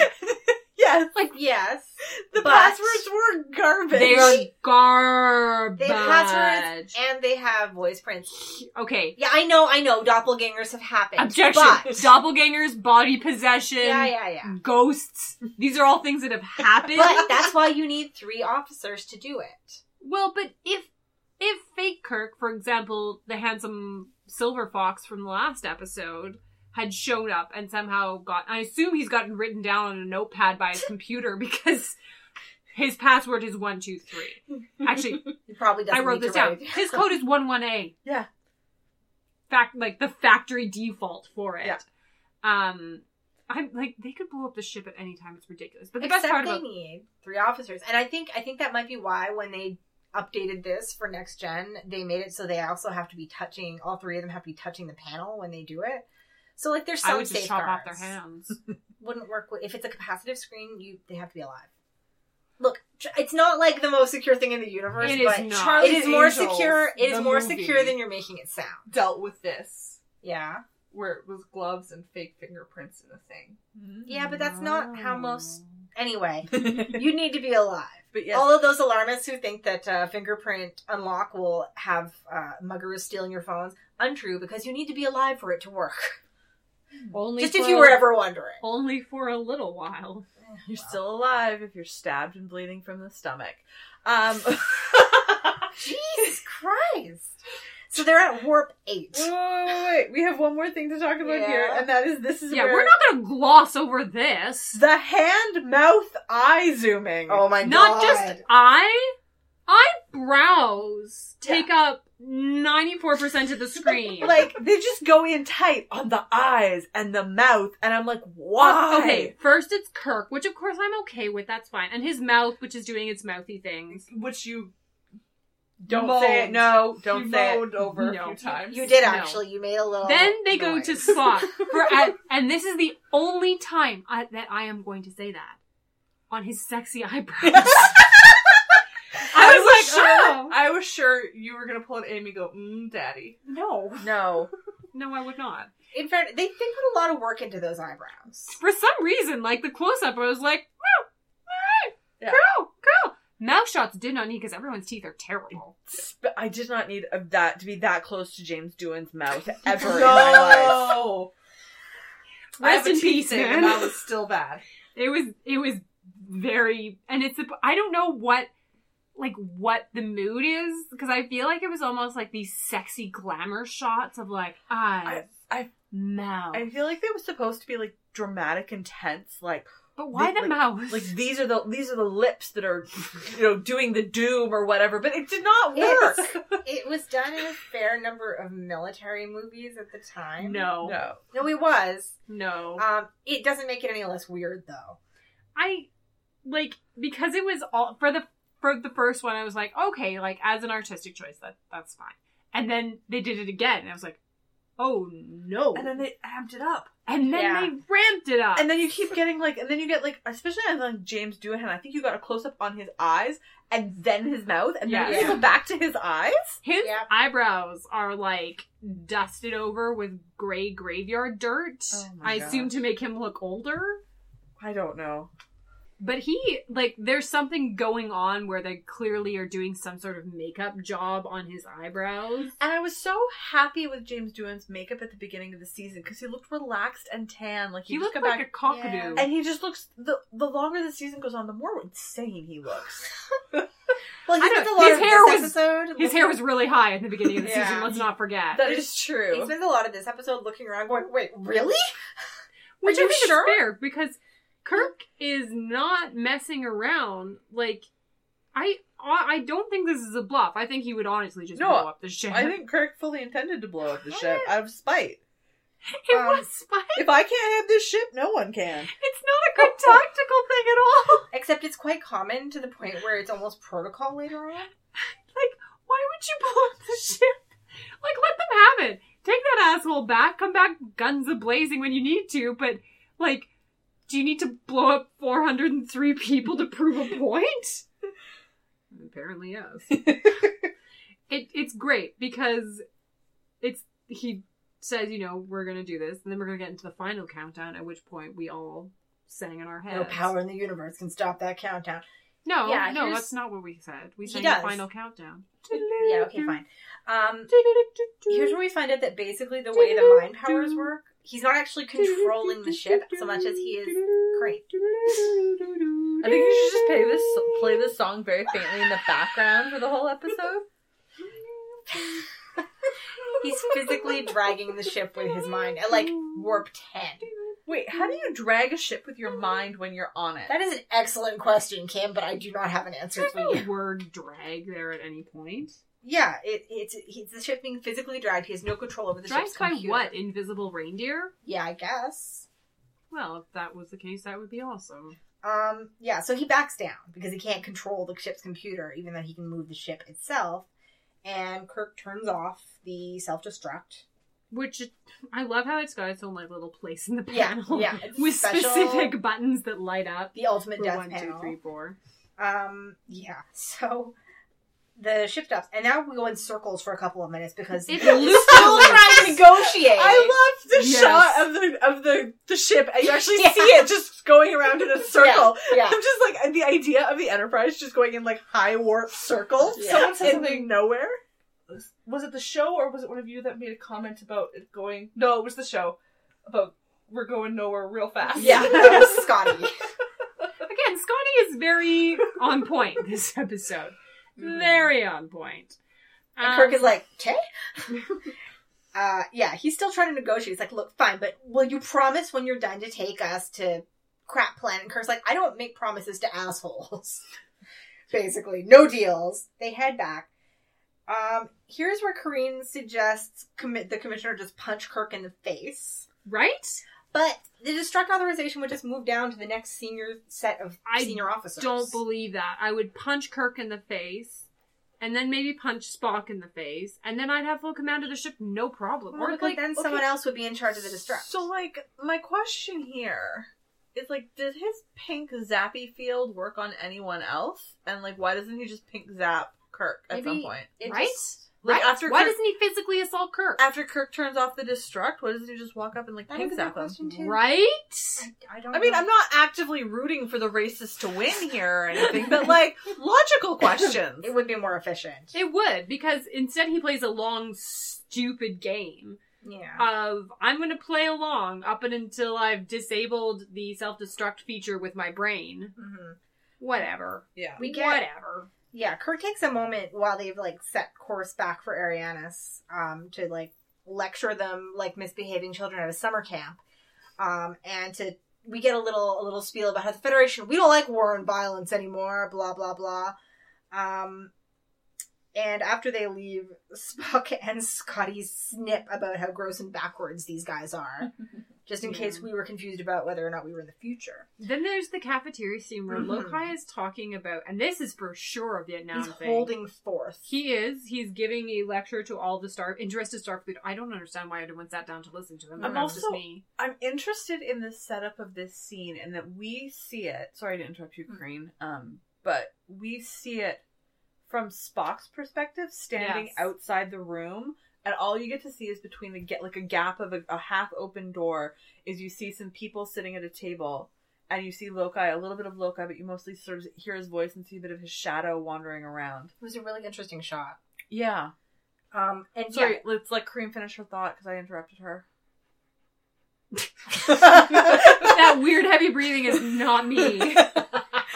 S2: yes,
S3: Yes.
S2: the
S3: But-
S2: passwords were garbage.
S1: They are garbage.
S3: They have passwords and they have voice prints.
S1: Okay.
S3: Yeah, I know, I know, doppelgangers have happened.
S1: Objection.
S3: But
S1: Doppelgangers, body possession,
S3: Yeah, yeah, yeah.
S1: ghosts. These are all things that have happened.
S3: But that's why you need three officers to do it.
S1: well, but if if fake Kirk, for example, the handsome silver fox from the last episode, had shown up and somehow got, I assume he's gotten written down on a notepad by his computer because his password is one two three. Actually,
S3: He probably doesn't.
S1: I wrote
S3: need to
S1: this down.
S3: write it.
S1: His code is one one a
S2: Yeah.
S1: Fact like the factory default for it.
S2: Yeah.
S1: Um I'm like they could blow up the ship at any time. It's ridiculous. But the
S3: Except
S1: best part
S3: they
S1: about
S3: need three officers, and I think I think that might be why when they updated this for next gen, they made it so they also have to be touching. All three of them have to be touching the panel when they do it. So like, there's some
S1: I would just chop off their
S3: safeguards.
S1: hands.
S3: Wouldn't work with, if it's a capacitive screen. You they have to be alive. Look, tr- it's not like the most secure thing in the universe,
S1: It is
S3: but
S1: not.
S3: it
S4: Charlie's
S3: is more
S4: Angels,
S3: secure. It is
S4: the
S3: more
S4: movie,
S3: secure than you're making it sound.
S4: dealt with this
S3: Yeah,
S4: where it was gloves and fake fingerprints and a thing.
S2: Mm-hmm.
S3: yeah, but that's not how most. Anyway,
S2: but
S3: you need to be alive.
S2: yes,
S3: All of those alarmists who think that uh, fingerprint unlock will have uh, muggers stealing your phones, untrue because you need to be alive for it to work.
S1: Only
S3: Just
S1: for
S3: if
S1: a
S3: you were
S1: little-
S3: ever wondering.
S1: only for a little while.
S2: you're still alive if you're stabbed and bleeding from the stomach. Um,
S3: Jesus Christ! So they're at warp eight.
S2: Wait, wait, wait, wait. We have one more thing to talk about
S3: Yeah.
S2: here, and that is this is
S1: Yeah,
S2: where
S1: we're not gonna gloss over this.
S2: the hand, mouth, eye zooming.
S3: Oh my
S1: Not just I eyebrows take up ninety four percent of the screen.
S2: Like they just go in tight on the eyes and the mouth, and I'm like, why?
S1: Oh, Okay, first it's Kirk, which of course I'm okay with. That's fine, and his mouth, which is doing its mouthy things.
S4: Which you
S2: Don't
S4: moaned.
S2: say it. No, don't
S4: you
S2: say it.
S4: moaned over
S1: No.
S4: a few times.
S3: You did
S1: No.
S3: actually. You made a little.
S1: Then
S4: Oh,
S1: they go
S3: noise.
S1: to Slot for, and, and this is the only time I, that I am going to say that on his sexy eyebrows.
S4: I was,
S1: was
S4: like,
S1: sure.
S4: oh, I was sure you were gonna pull an Amy. Go, mm, daddy.
S3: No.
S2: No,
S1: "Oh." no, I would not.
S3: In fact, they, they put a lot of work into those eyebrows.
S1: For some reason, like the close up, I was like,
S2: Yeah.
S1: cool, cool. Mouth shots did not need because everyone's teeth are terrible.
S2: Sp- I did not need of that to be that close to James Doohan's mouth ever in my life.
S4: No. I have
S1: Rest
S4: a
S1: in
S4: teeth
S1: peace,
S4: thing,
S1: man.
S4: And that was still bad.
S1: It was it was very and it's I don't know what like what the mood is because I feel like it was almost like these sexy glamour shots of like eyes,
S2: I- I-
S1: mouth.
S2: I feel like it was supposed to be like dramatic, intense, like
S1: but why the
S2: like-
S1: mouth?
S2: like these are the these are the lips that are, you know, doing the doom or whatever. But it did not work.
S3: It's- It was done in a fair number of military movies at the time.
S1: no, no,
S2: No.
S3: No, it was. Um, it doesn't make it any less weird though.
S1: I like because it was all for the for the first one. I was like, okay, like as an artistic choice, that that's fine. And then they did it again, and I was like, oh no.
S4: And then they amped it up.
S1: And then
S3: Yeah.
S1: they ramped it up.
S2: And then you keep getting like, and then you get like, especially on like James Doohan. I think you got a close up on his eyes and then his mouth, and then
S1: Yes.
S2: you go back to his eyes.
S1: His
S3: Yep.
S1: eyebrows are like dusted over with gray graveyard dirt.
S2: Oh my
S1: I
S2: gosh.
S1: assume to make him look older.
S2: I don't know.
S1: But he like there's something going on where they clearly are doing some sort of makeup job on his eyebrows.
S2: And I was so happy with James Doohan's makeup at the beginning of the season because he looked relaxed and tan. Like he,
S1: He
S2: just
S1: looked
S2: got
S1: like
S2: back,
S1: a cockadoo.
S2: and he just looks. The the longer the season goes on, the more insane he looks.
S3: Well,
S1: I
S3: he spent
S1: know,
S3: a lot
S1: his
S3: of
S1: hair
S3: this
S1: was-
S3: episode.
S1: His hair was really high in the beginning of the
S3: Yeah.
S1: season, let's not forget.
S2: That is true.
S3: He spent a lot of this episode looking around, going, "Wait, really?"
S1: Which I
S3: you
S1: think
S3: sure?
S1: is fair because Kirk is not messing around. Like, I I don't think this is a bluff. I think he would honestly just
S2: No,
S1: blow up the ship.
S2: I think Kirk fully intended to blow up the ship out of spite.
S1: it
S3: um,
S1: was fun.
S2: If I can't have this ship, no one can.
S1: It's not a good tactical thing at all.
S3: Except it's quite common to the point where it's almost protocol later on.
S1: Why would you blow up the ship? Like, let them have it. Take that asshole back. Come back guns a blazing when you need to. But like, do you need to blow up 403 people to prove a point? Apparently, yes. it, it's great because it's he says, you know, we're gonna do this, and then we're gonna get into the final countdown. At which point, we all sang in our heads.
S3: No Oh, power in the universe can stop that countdown.
S1: No,
S3: Yeah,
S1: no,
S3: here's-
S1: that's not what we said. We
S3: He
S1: sang
S3: does.
S1: the final countdown.
S3: Yeah, okay, fine. Um, here's where we find out that basically the way the mind powers work, he's not actually controlling the ship so much as he is. great.
S2: I think you should just play this play this song very faintly in the background for the whole episode.
S3: He's physically dragging the ship with his mind at like warp ten.
S2: Wait, how do you drag a ship with your mind when you're on it?
S3: That is an excellent question, Kim, but I do not have an answer
S1: There's
S3: for you.
S1: no word drag there at any point.
S3: Yeah, it, it's it's the ship being physically dragged. He has no control over the
S1: Dragged
S3: ship's
S1: by
S3: computer.
S1: what? Invisible reindeer?
S3: Yeah, I guess.
S1: Well, if that was the case, that would be awesome.
S3: Um, yeah, so he backs down because he can't control the ship's computer, even though he can move the ship itself. And Kirk turns off the self destruct.
S1: Which I love how it's got its own like little place in the
S3: Yeah,
S1: panel
S3: yeah, it's
S1: with
S3: special-
S1: specific buttons that light up.
S3: The ultimate
S1: For
S3: death
S1: one,
S3: panel.
S1: two, three, four.
S3: Um, yeah, so the ship stops, and now we go in circles for a couple of minutes because
S1: It's
S3: he's still
S1: looping.
S3: trying to negotiate.
S2: I love the
S1: Yes.
S2: shot of the of the, the ship, and you actually
S3: Yeah.
S2: see it just going around in a circle.
S3: Yeah,
S2: I'm just like the idea of the Enterprise just going in like high warp circles
S3: Yeah.
S4: Someone said
S2: in
S4: something.
S2: nowhere.
S4: Was it the show or was it one of you that made a comment about it going? No, it was the show about we're going nowhere real fast.
S3: yeah, that was Scotty.
S1: Again, Scotty is very on point this episode. Very on point.
S3: Mm-hmm. And
S1: Um,
S3: Kirk is like, okay. uh, yeah, he's still trying to negotiate. He's like, look, fine, but will you promise when you're done to take us to crap planet? And Kirk's like, I don't make promises to assholes. Basically, no deals. They head back. Um, here's where Kareen suggests commi- the commissioner just punch Kirk in the face.
S1: right?
S3: But the destruct authorization would just move down to the next senior set of
S1: I
S3: senior officers.
S1: don't believe that. I would punch Kirk in the face, and then maybe punch Spock in the face, and then I'd have full command of the ship, no problem.
S3: Or
S1: Or like,
S3: then someone
S2: okay.
S3: else would be in charge of the destruct.
S2: So, like, my question here is like, did his pink zappy field work on anyone else? And like, why doesn't he just pink zap Kirk at some
S3: Maybe
S2: point?
S3: It
S1: right?
S3: just-
S2: Like
S1: right?
S2: after
S1: Why
S2: Kirk,
S1: doesn't he physically assault Kirk?
S2: after Kirk turns off the destruct, why doesn't he just walk up and like
S3: That
S2: pink
S3: is a good
S2: zap him?
S3: question too.
S1: Right?
S3: I don't.
S2: I mean,
S3: know.
S2: I'm not actively rooting for the racists to win here or anything, but like logical questions.
S3: It would be more efficient.
S1: It would, because instead he plays a long, stupid game
S3: Yeah.
S1: of I'm going to play along up and until I've disabled the self destruct feature with my brain.
S3: hmm
S1: Whatever.
S4: yeah.
S3: We get-
S1: Whatever.
S3: Yeah. Kirk takes a moment while they've like set course back for Arianis um, to like lecture them like misbehaving children at a summer camp, um, and to we get a little a little spiel about how the Federation we don't like war and violence anymore. Blah blah blah. Um, and after they leave, Spock and Scotty snip about how gross and backwards these guys are, just in
S1: Yeah.
S3: case we were confused about whether or not we were in the future.
S1: Then there's the cafeteria scene where
S2: Mm-hmm.
S3: Mhm.
S1: Lokai is talking about, and this is for sure a Vietnam
S3: He's
S1: thing.
S3: holding forth.
S1: He is. He's giving a lecture to all the star interested starfleet. I don't understand why everyone sat down to listen to him.
S2: I'm
S1: That's just
S2: also-
S1: me.
S2: I'm interested in the setup of this scene and that we see it. Sorry to interrupt
S4: Hmm.
S2: you, Kareen. Um, but we see it from Spock's perspective, standing
S1: Yes.
S2: outside the room, and all you get to see is between the get like a gap of a, a half open door is you see some people sitting at a table, and you see Loki, a little bit of Loki, but you mostly sort of hear his voice and see a bit of his shadow wandering around.
S3: It was a really interesting shot.
S2: Yeah.
S3: Um, and
S2: Sorry, let's let Kareem finish her thought because I interrupted her.
S1: that weird heavy breathing is not me.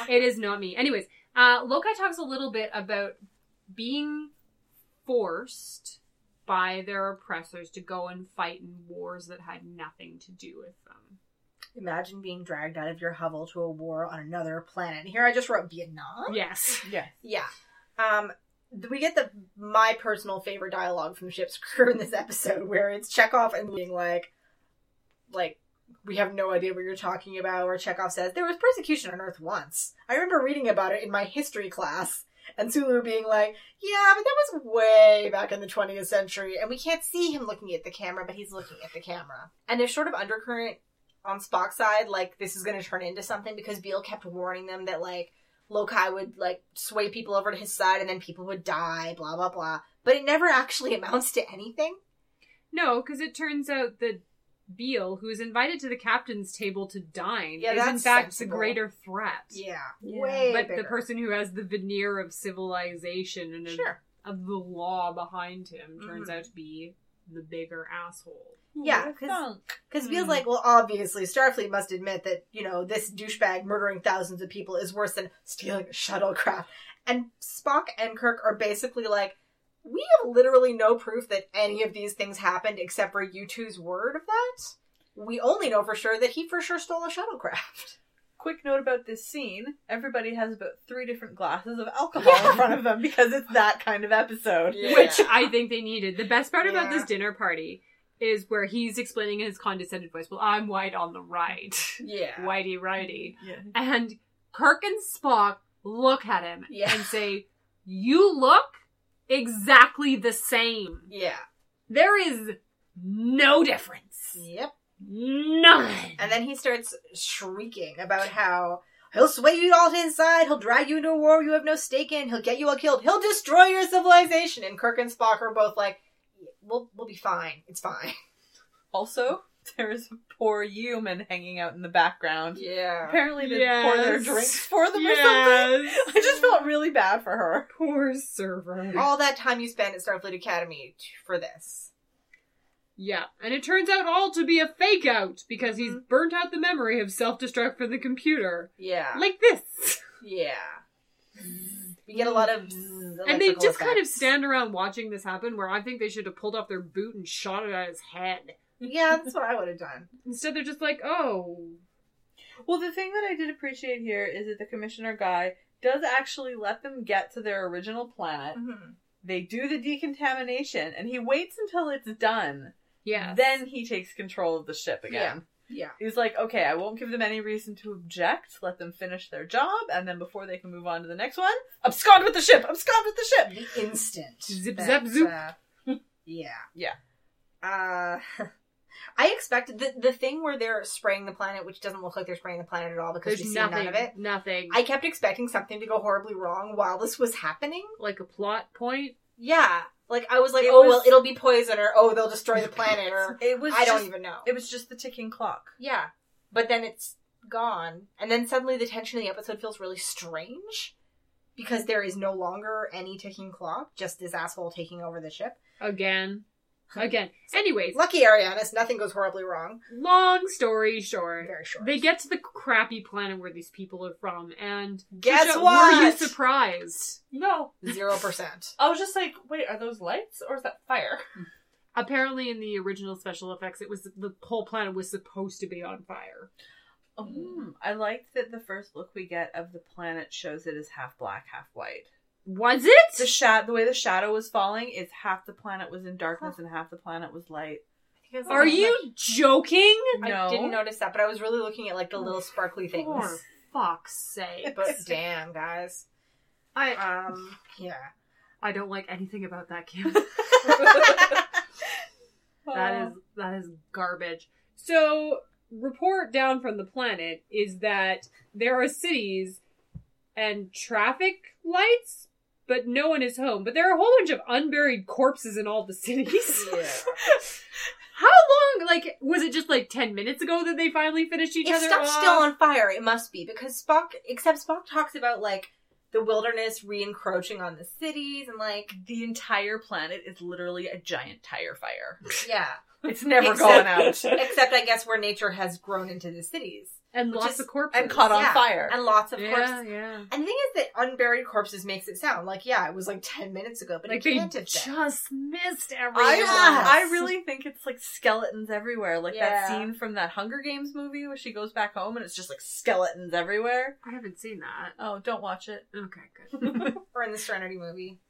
S1: It is not me. Anyways, uh, Loki talks a little bit about being forced by their oppressors to go and fight in wars that had nothing to do with them.
S3: Imagine being dragged out of your hovel to a war on another planet. Here I just wrote Vietnam.
S1: Yes.
S2: Yeah.
S3: Yeah. Um, th- we get the my personal favorite dialogue from the ship's crew in this episode, where it's Chekhov and being like, like we have no idea what you're talking about. Where Chekhov says there was persecution on Earth once. I remember reading about it in my history class. And Sulu being like, yeah, but that was way back in the 20th century, and we can't see him looking at the camera, but he's looking at the camera. And there's sort of undercurrent on Spock's side, like this is going to turn into something because Beale kept warning them that like Lokai would like sway people over to his side and then people would die, blah blah blah. But it never actually amounts to anything.
S1: No, because it turns out that Beale, who is invited to the captain's table to dine,
S3: Yeah,
S1: is in
S3: that's
S1: fact
S3: sensible.
S1: the greater threat.
S3: Yeah.
S4: Yeah.
S3: Way
S1: But
S3: bigger.
S1: the person who has the veneer of civilization and of,
S3: Sure.
S1: of the law behind him turns
S3: Mhm.
S1: out to be the bigger asshole.
S3: Yeah, 'cause- Because feels
S1: Hmm.
S3: like, well, obviously, Starfleet must admit that, you know, this douchebag murdering thousands of people is worse than stealing a shuttlecraft. And Spock and Kirk are basically like, we have literally no proof that any of these things happened except for you two's word of that. We only know for sure that he for sure stole a shuttlecraft.
S2: Quick note about this scene: everybody has about three different glasses of alcohol in front of them because it's that kind of episode.
S1: which I think they needed. The best part about
S3: Yeah.
S1: this dinner party is where he's explaining in his condescending voice, "Well, I'm white on the right,
S3: yeah.
S1: whitey righty,"
S2: Yeah.
S1: and Kirk and Spock look at him
S3: Yeah.
S1: and say, "You look exactly the same.
S3: Yeah.
S1: There is no difference,
S3: Yep.
S1: none."
S3: And then he starts shrieking about how he'll sway you all to his side, he'll drag you into a war you have no stake in, he'll get you all killed, he'll destroy your civilization. And Kirk and Spock are both like, "We'll we'll be fine. It's fine."
S2: Also, there is a poor human hanging out in the background.
S3: Yeah.
S2: Apparently, they pour their
S1: Yes.
S2: drinks for them or
S1: Yes.
S2: something. I just felt really bad for her.
S1: poor server.
S3: All that time you spent at Starfleet Academy t- for this.
S1: Yeah, and it turns out all to be a fake out because he's burnt out the memory of self destruct from the computer.
S3: Yeah.
S1: Like this.
S3: Yeah. We get a lot of
S1: and they just kind of stand around watching this happen where I think they should have pulled off their boot and shot it at his head.
S3: Yeah, that's what I would have done.
S1: Instead, they're just like, oh.
S2: Well, the thing that I did appreciate here is that the commissioner guy does actually let them get to their original planet.
S3: Mm-hmm.
S2: They do the decontamination, and he waits until it's done.
S1: Yeah.
S2: Then he takes control of the ship again.
S3: Yeah.
S2: He's like, okay, I won't give them any reason to object. Let them finish their job, and then before they can move on to the next one, abscond with the ship. Abscond with the ship.
S3: The instant.
S1: Zip,
S3: that,
S1: zap, zoop.
S3: uh, yeah.
S2: Yeah.
S3: Uh, I expected the the thing where they're spraying the planet, which doesn't look like they're spraying the planet at all because
S1: There's
S3: we see
S1: nothing.
S3: none of it.
S1: Nothing.
S3: I kept expecting something to go horribly wrong while this was happening.
S1: like a plot point.
S3: Yeah. Like I was like,
S2: It
S3: oh
S2: was-
S3: well, it'll be poison, or oh they'll destroy the planet, or
S2: It was
S3: I don't
S2: just-
S3: even know.
S2: It was just the ticking clock.
S3: Yeah, but then it's gone, and then suddenly the tension of the episode feels really strange because there is no longer any ticking clock, just this asshole taking over the ship.
S1: Again. Again. Anyways,
S3: Lucky Arianas, nothing goes horribly wrong.
S1: long story short.
S3: Very short.
S1: They get to the crappy planet where these people are from, and
S3: Guess
S1: Trisha,
S3: what?
S1: Were you surprised?
S2: No.
S3: Zero percent.
S2: I was just like, wait, are those lights or is that fire?
S1: Apparently, in the original special effects, it was the whole planet was supposed to be on fire.
S2: Mm, I liked that the first look we get of the planet shows it is half black, half white.
S1: Was
S2: The
S1: it?
S2: sha- the way the shadow was falling is half the planet was in darkness and half the planet was light.
S1: Are you joking?
S2: No.
S3: I didn't notice that, but I was really looking at like the little sparkly things.
S1: For fuck's sake!
S3: But damn, guys.
S1: I
S3: Um, yeah.
S1: I don't like anything about that game.
S2: oh,
S4: Uh,
S1: that is that is garbage. So report down from the planet is that there are cities and traffic lights, but no one is home. But there are a whole bunch of unburied corpses in all the cities.
S3: yeah.
S1: How long? Like, was it just like ten minutes ago that they finally finished each
S3: if
S1: other
S3: stuff's
S1: off?
S3: still on fire, it must be because Spock. Except Spock talks about like the wilderness re-encroaching on the cities and like
S2: The entire planet is literally a giant tire fire.
S3: yeah.
S2: It's never
S3: Except-
S2: gone out.
S3: Except I guess where nature has grown into the cities
S1: and
S3: which
S1: lots
S3: is-
S1: of corpses
S2: And caught on
S3: Yeah.
S2: fire.
S3: and lots of
S1: yeah,
S3: corpses.
S1: yeah.
S3: And the thing is that unburied corpses makes it sound like yeah, it was like ten minutes ago, but
S1: like
S3: it
S1: they
S3: can't have been.
S1: just missed
S2: I, uh,
S1: everyone.
S3: Yes.
S2: I really think it's like skeletons everywhere. Like that
S3: Yeah.
S2: scene from that Hunger Games movie where she goes back home and it's just like skeletons everywhere.
S1: I haven't seen that.
S2: Oh, don't watch it.
S1: Okay, good.
S3: or in the Serenity movie.
S1: Oh,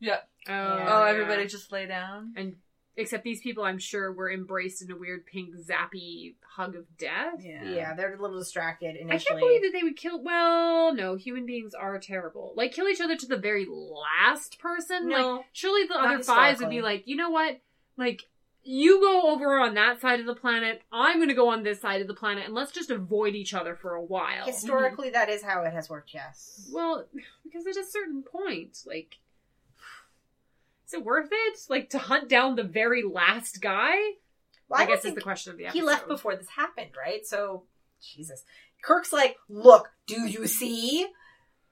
S3: Yeah.
S2: Oh,
S1: yeah.
S2: everybody just lay down.
S1: and except these people, I'm sure, were embraced in a weird pink zappy hug of death.
S2: Yeah.
S3: Yeah, they're a little distracted initially.
S1: I can't believe that they would kill. Well, no, human beings are terrible. Like kill each other to the very last person. Like
S3: No,
S1: surely the
S3: Not
S1: other fives would
S3: historically.
S1: be like, you know what? Like, you go over on that side of the planet, I'm gonna go on this side of the planet, and let's just avoid each other for a while.
S3: historically that is how it has worked. Yes.
S1: Well, because at a certain point, like, is it worth it? Like, to hunt down the very last guy?
S3: Well, I,
S1: guess
S3: don't
S1: is the
S3: think
S1: question of the episode.
S3: he left before this happened, right? So, Jesus. Kirk's like, look, do you see?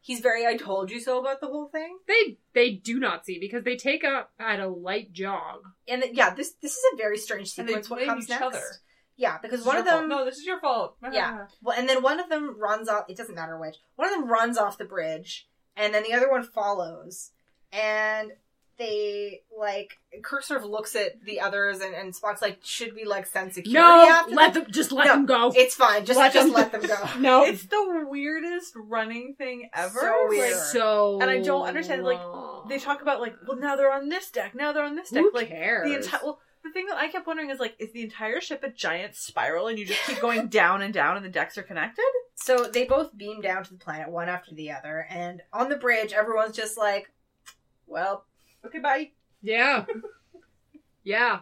S3: He's very, I told you so about the whole thing.
S1: They they do not see because they take up at a light jog.
S3: And then, yeah, this this is a very strange
S4: And they
S3: sequence. What
S4: blame
S3: comes
S4: each
S3: next?
S4: other.
S3: Yeah,
S4: This
S3: because
S4: is
S3: one
S4: your
S3: of
S2: Um,
S4: fault.
S3: them,
S4: No, this is your fault.
S3: Yeah. well, and then one of them runs off. It doesn't matter which. One of them runs off the bridge, and then the other one follows. And they like Kirk sort of looks at the others, and, and Spock's like, should we like send security?
S1: No,
S3: after
S1: let
S3: them?
S1: them just let
S3: No,
S1: them go.
S3: It's fine. Just
S1: Let
S3: just
S1: them-
S3: let them go.
S1: no,
S2: It's the weirdest running thing ever.
S3: So
S2: Like,
S3: weird.
S1: so
S2: And I don't understand, like, they talk about like, well, now they're on this deck. Now they're on this deck.
S1: Who
S2: like
S1: cares?
S2: the entire. Well, the thing that I kept wondering is like, is the entire ship a giant spiral, and you just keep going down and down, and the decks are connected?
S3: So they both beam down to the planet, one after the other, and on the bridge, everyone's just like, "Well,
S4: Okay, bye.
S1: Yeah. yeah.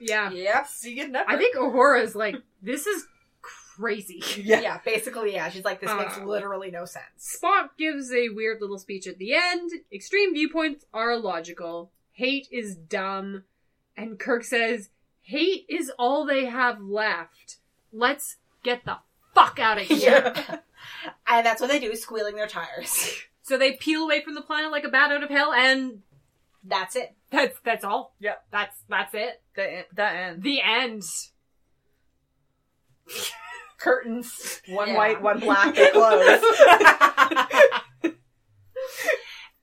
S1: Yeah.
S3: yep,
S4: See you never.
S1: I think Aurora's like, this is crazy.
S3: yeah. basically, yeah." She's like, "This makes
S1: Uh.
S3: literally no sense."
S1: Spock gives a weird little speech at the end. Extreme viewpoints are illogical. Hate is dumb. And Kirk says, hate is all they have left. Let's get the fuck out of here.
S3: and that's what they do, squealing their tires.
S1: So they peel away from the planet like a bat out of hell and
S3: That's it.
S1: that's that's all.
S2: Yep.
S1: That's that's it.
S2: That en- that ends.
S1: The end.
S2: Curtains, one
S3: Yeah.
S2: white, one black,
S3: They
S2: and
S3: close.
S2: closed. Eh,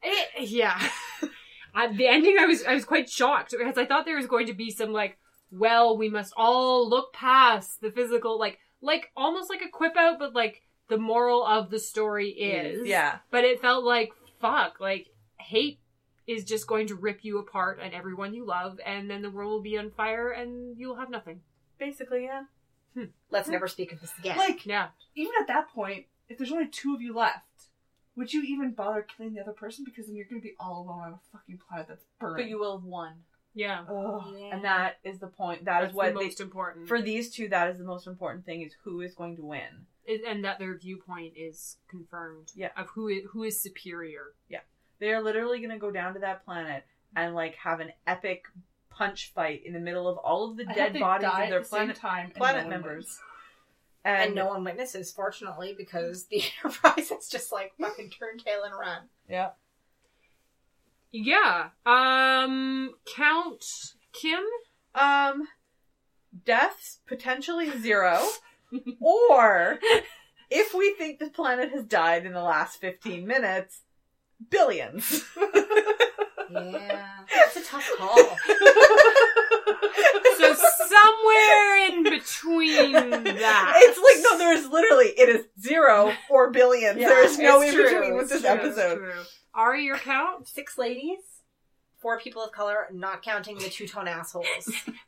S1: It, yeah. I, the ending, I was I was quite shocked because I thought there was going to be some like, well, we must all look past the physical, like like almost like a quip out, but like the moral of the story is.
S2: yeah,
S1: But it felt like fuck, like hate is just going to rip you apart and everyone you love, and then the world will be on fire and you'll have nothing.
S2: basically, yeah.
S3: Let's never speak of this again.
S4: Like
S1: Yeah.
S4: even at that point, if there's only two of you left, would you even bother killing the other person? Because then you're going to be all alone on a fucking planet that's burning.
S2: But you will have won,
S1: Yeah.
S4: Ugh.
S3: Oh,
S2: and that is the point. That is
S1: That's
S2: what
S1: the
S2: they,
S1: most important.
S2: for these two. That is the most important thing: is who is going to win.
S1: It- and that their viewpoint is confirmed.
S2: Yeah.
S1: Of who is, who is superior.
S2: They are literally going to go down to that planet and like have an epic punch fight in the middle of all of the
S4: I hope
S2: dead
S4: they
S2: bodies
S4: die
S2: of
S4: at
S2: their
S4: the same
S2: planet
S4: time and
S2: planet
S4: no one
S2: members.
S4: wins.
S2: and,
S3: and no one witnesses, fortunately, because the Enterprise has just like fucking turned tail and run.
S2: yeah.
S1: Yeah. Um Count Kim?
S2: Um, deaths potentially zero, or if we think the planet has died in the last fifteen minutes, billions.
S3: Yeah, that's a tough call.
S1: So somewhere in between that.
S2: It's like no, there's literally it is zero or billions.
S3: Yeah,
S2: there is no in
S3: it's true,
S2: between with
S3: it's
S2: this
S3: true, it's
S2: episode.
S1: True. Are your count?
S3: Six ladies, four people of color, not counting the two tone assholes.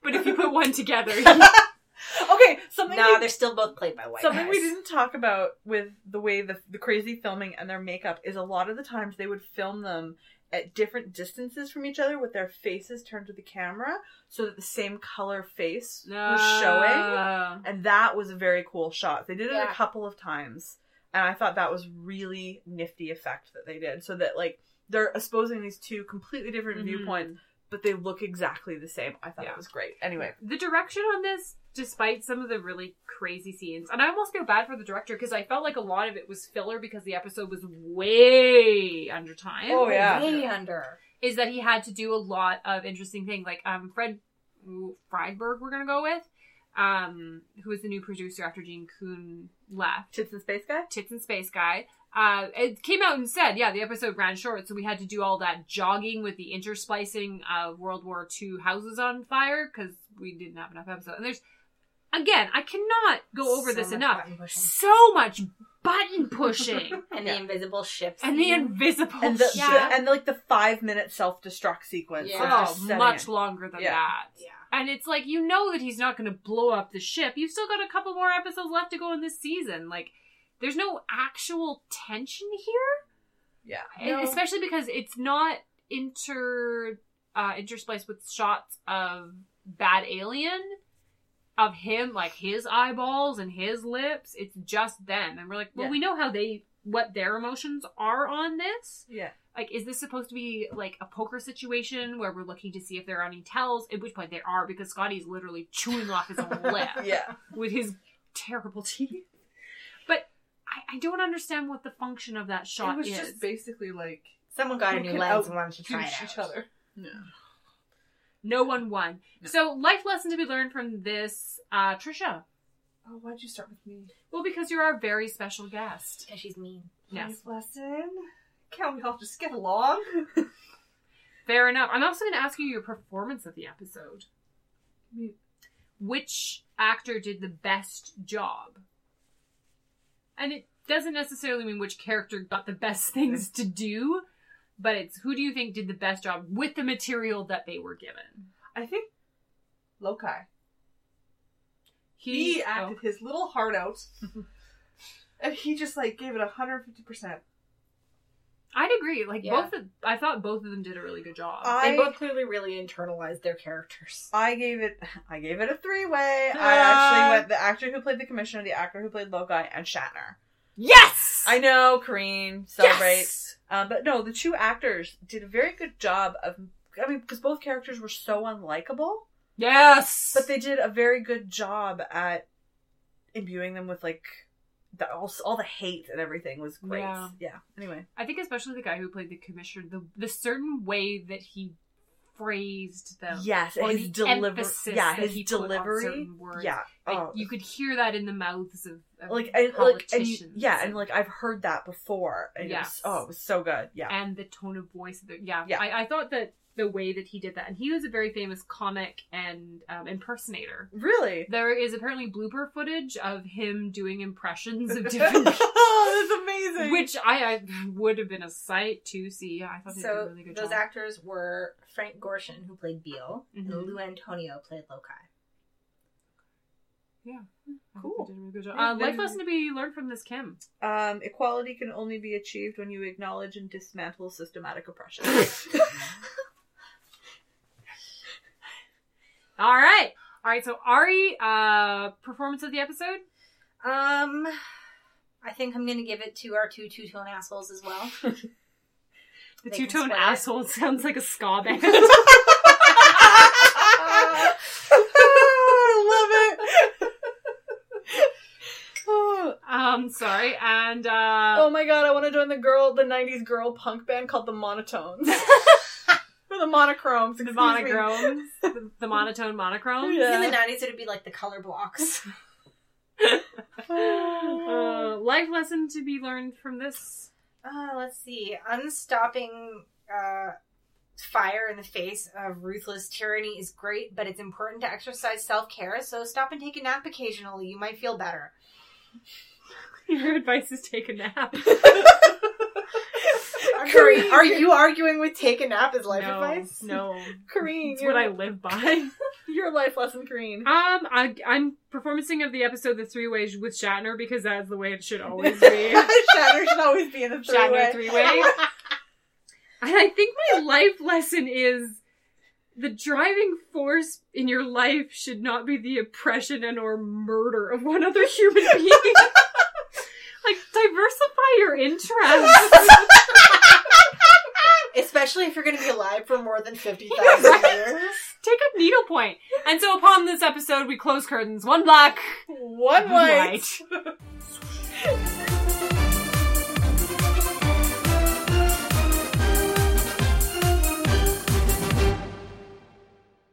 S1: But if you put one together,
S2: Okay, something
S3: No,
S2: we
S3: they're still both played by white
S2: Something we
S3: guys.
S2: didn't talk about with the way the, the crazy filming and their makeup is a lot of the times they would film them at different distances from each other with their faces turned to the camera so that the same color face was showing.
S1: Uh,
S2: And that was a very cool shot. They did it
S3: Yeah.
S2: a couple of times. And I thought that was really nifty effect that they did. So that like they're exposing these two completely different
S3: Mm-hmm.
S1: Mhm.
S2: viewpoints, but they look exactly the same. I thought
S1: Yeah.
S2: it was great. Anyway,
S1: The direction on this, despite some of the really crazy scenes, and I almost feel bad for the director because I felt like a lot of it was filler because the episode was way under time.
S2: Oh, yeah.
S3: Way under.
S1: Is that he had to do a lot of interesting things, like um Fred Friedberg, we're gonna go with, um, who was the new producer after Gene Kuhn left.
S2: Chips and Space Guy.
S1: Tits and Space Guy. Uh, it came out and said, yeah, the episode ran short, so we had to do all that jogging with the intersplicing of World War II houses on fire because we didn't have enough episodes. And there's, again, I cannot go over
S3: So
S1: this
S3: much
S1: enough.
S3: button pushing.
S1: So much button pushing
S3: And
S2: Yeah.
S3: the invisible ships.
S1: and the invisible
S2: And the,
S1: ship.
S2: the- and like the five minute self destruct sequence.
S3: Yeah.
S2: of
S1: Oh,
S2: just setting
S1: much
S2: it.
S1: longer than
S2: Yeah.
S1: that.
S3: Yeah.
S1: And it's like you know that he's not going to blow up the ship. You've still got a couple more episodes left to go in this season. Like, there's no actual tension here.
S2: Yeah.
S1: And especially because it's not inter uh, interspliced with shots of bad alien of him like his eyeballs and his lips it's just them and we're like well
S2: Yeah.
S1: we know how they what their emotions are on this
S2: Yeah.
S1: like is this supposed to be like a poker situation where we're looking to see if there are any tells at which point there are because scotty's literally chewing off his own lip
S2: Yeah.
S1: with his terrible teeth but I, I don't understand what the function of that shot
S4: it was
S1: is
S4: just basically like
S3: Someone got a
S4: Who
S3: new
S4: can
S3: lens and wanted to try
S4: douche
S3: it out.
S4: each other.
S1: No one won.
S4: No.
S1: So, life lesson to be learned from this, uh, Trisha.
S4: Oh, why'd you start with me?
S1: Well, because you're our very special guest.
S3: Because she's mean.
S1: Yes.
S4: Life lesson. Can't we all just get along?
S1: Fair enough. I'm also going to ask you your performance of the episode.
S4: Me.
S1: Which actor did the best job? And it doesn't necessarily mean which character got the best things to do, but it's who do you think did the best job with the material that they were given?
S4: I think Loci. He
S1: oh,
S4: acted his little heart out, and he just like gave it hundred fifty percent.
S1: I'd agree. Like
S3: Yeah.
S1: both, of, I thought both of them did a really good job.
S2: I
S3: They both clearly really internalized their characters.
S2: I gave it I gave it a three way. I
S4: Ah.
S2: actually went the actor who played the commissioner, the actor who played Loci, and Shatner.
S1: yes,
S2: I know, Kareen, celebrate. Um, but no, the two actors did a very good job of. I mean, because both characters were so unlikable,
S1: Yes.
S2: but they did a very good job at imbuing them with like the, all, all the hate and everything was great.
S1: Yeah.
S2: Yeah. Anyway,
S1: I think especially the guy who played the commissioner, the the certain way that he phrased them.
S2: yes,
S1: Or
S2: his
S1: the
S2: delivery.
S1: emphasis
S2: Yeah,
S1: that
S2: his
S1: he put on
S2: delivery.
S1: certain words.
S2: Yeah.
S1: Like,
S2: oh,
S1: you could hear that in the mouths of, of
S2: like and like and
S1: politicians.
S2: you- yeah, and like I've heard that before. And it was,
S1: Yes.
S2: oh, it was so good. Yeah.
S1: and the tone of voice. Of the, yeah,
S2: Yeah.
S1: I, I thought that the way that he did that, and he was a very famous comic and um, impersonator.
S2: really.
S1: There is apparently blooper footage of him doing impressions of different
S2: oh, that's amazing.
S1: which I, I would have been a sight to see. Yeah, I thought they did a
S3: So
S1: really good
S3: those
S1: job.
S3: actors were Frank Gorshin, who played Beale,
S1: Mhm.
S3: and Lou Antonio played Loci.
S1: I think
S2: cool.
S1: they did a really good job.
S2: Yeah,
S1: Uh,
S2: then-
S1: life lesson to be learned from this, Kim.
S2: Um, equality can only be achieved when you acknowledge and dismantle systematic oppression.
S1: All right. All right. So Ari, uh, performance of the episode.
S3: Um, I think I'm gonna give it to our two two tone assholes as well.
S1: The
S3: They can
S1: two tone
S3: split it.
S1: asshole sounds like a ska band.
S2: I love it. oh,
S1: um, sorry. And uh,
S2: oh my god, I want to join the girl, the '90s girl punk band called the Monotones or the Monochromes.
S1: the
S2: excuse me.
S1: monochromes, the, the monotone monochrome.
S2: Yeah.
S3: In the '90s, it would be like the color blocks.
S2: Oh.
S1: Uh, life lesson to be learned from this.
S3: Uh, let's see. Unstopping uh, fire in the face of ruthless tyranny is great, but it's important to exercise self care, so stop and take a nap occasionally. You might feel better.
S1: Your advice is take a nap.
S3: I'm
S2: Correct.
S3: sorry, Uh, Are you arguing with take a nap as life
S1: no,
S3: advice?
S1: No,
S2: Kareen,
S1: it's
S2: your,
S1: what I live by.
S2: your life lesson, Kareen.
S1: Um, I, I'm performing of the episode the three ways with Shatner because that's the way it should always be.
S2: Shatter should always be in the
S1: Shatner three
S2: three-way.
S1: way. and I think my life lesson is the driving force in your life should not be the oppression and or murder of one other human being. like diversify your interests.
S3: Especially if you're going to be alive for more than 50,000
S1: Right.
S3: years.
S1: Take up needlepoint. And so upon this episode, we close curtains. One black,
S2: One
S1: one white.
S2: white.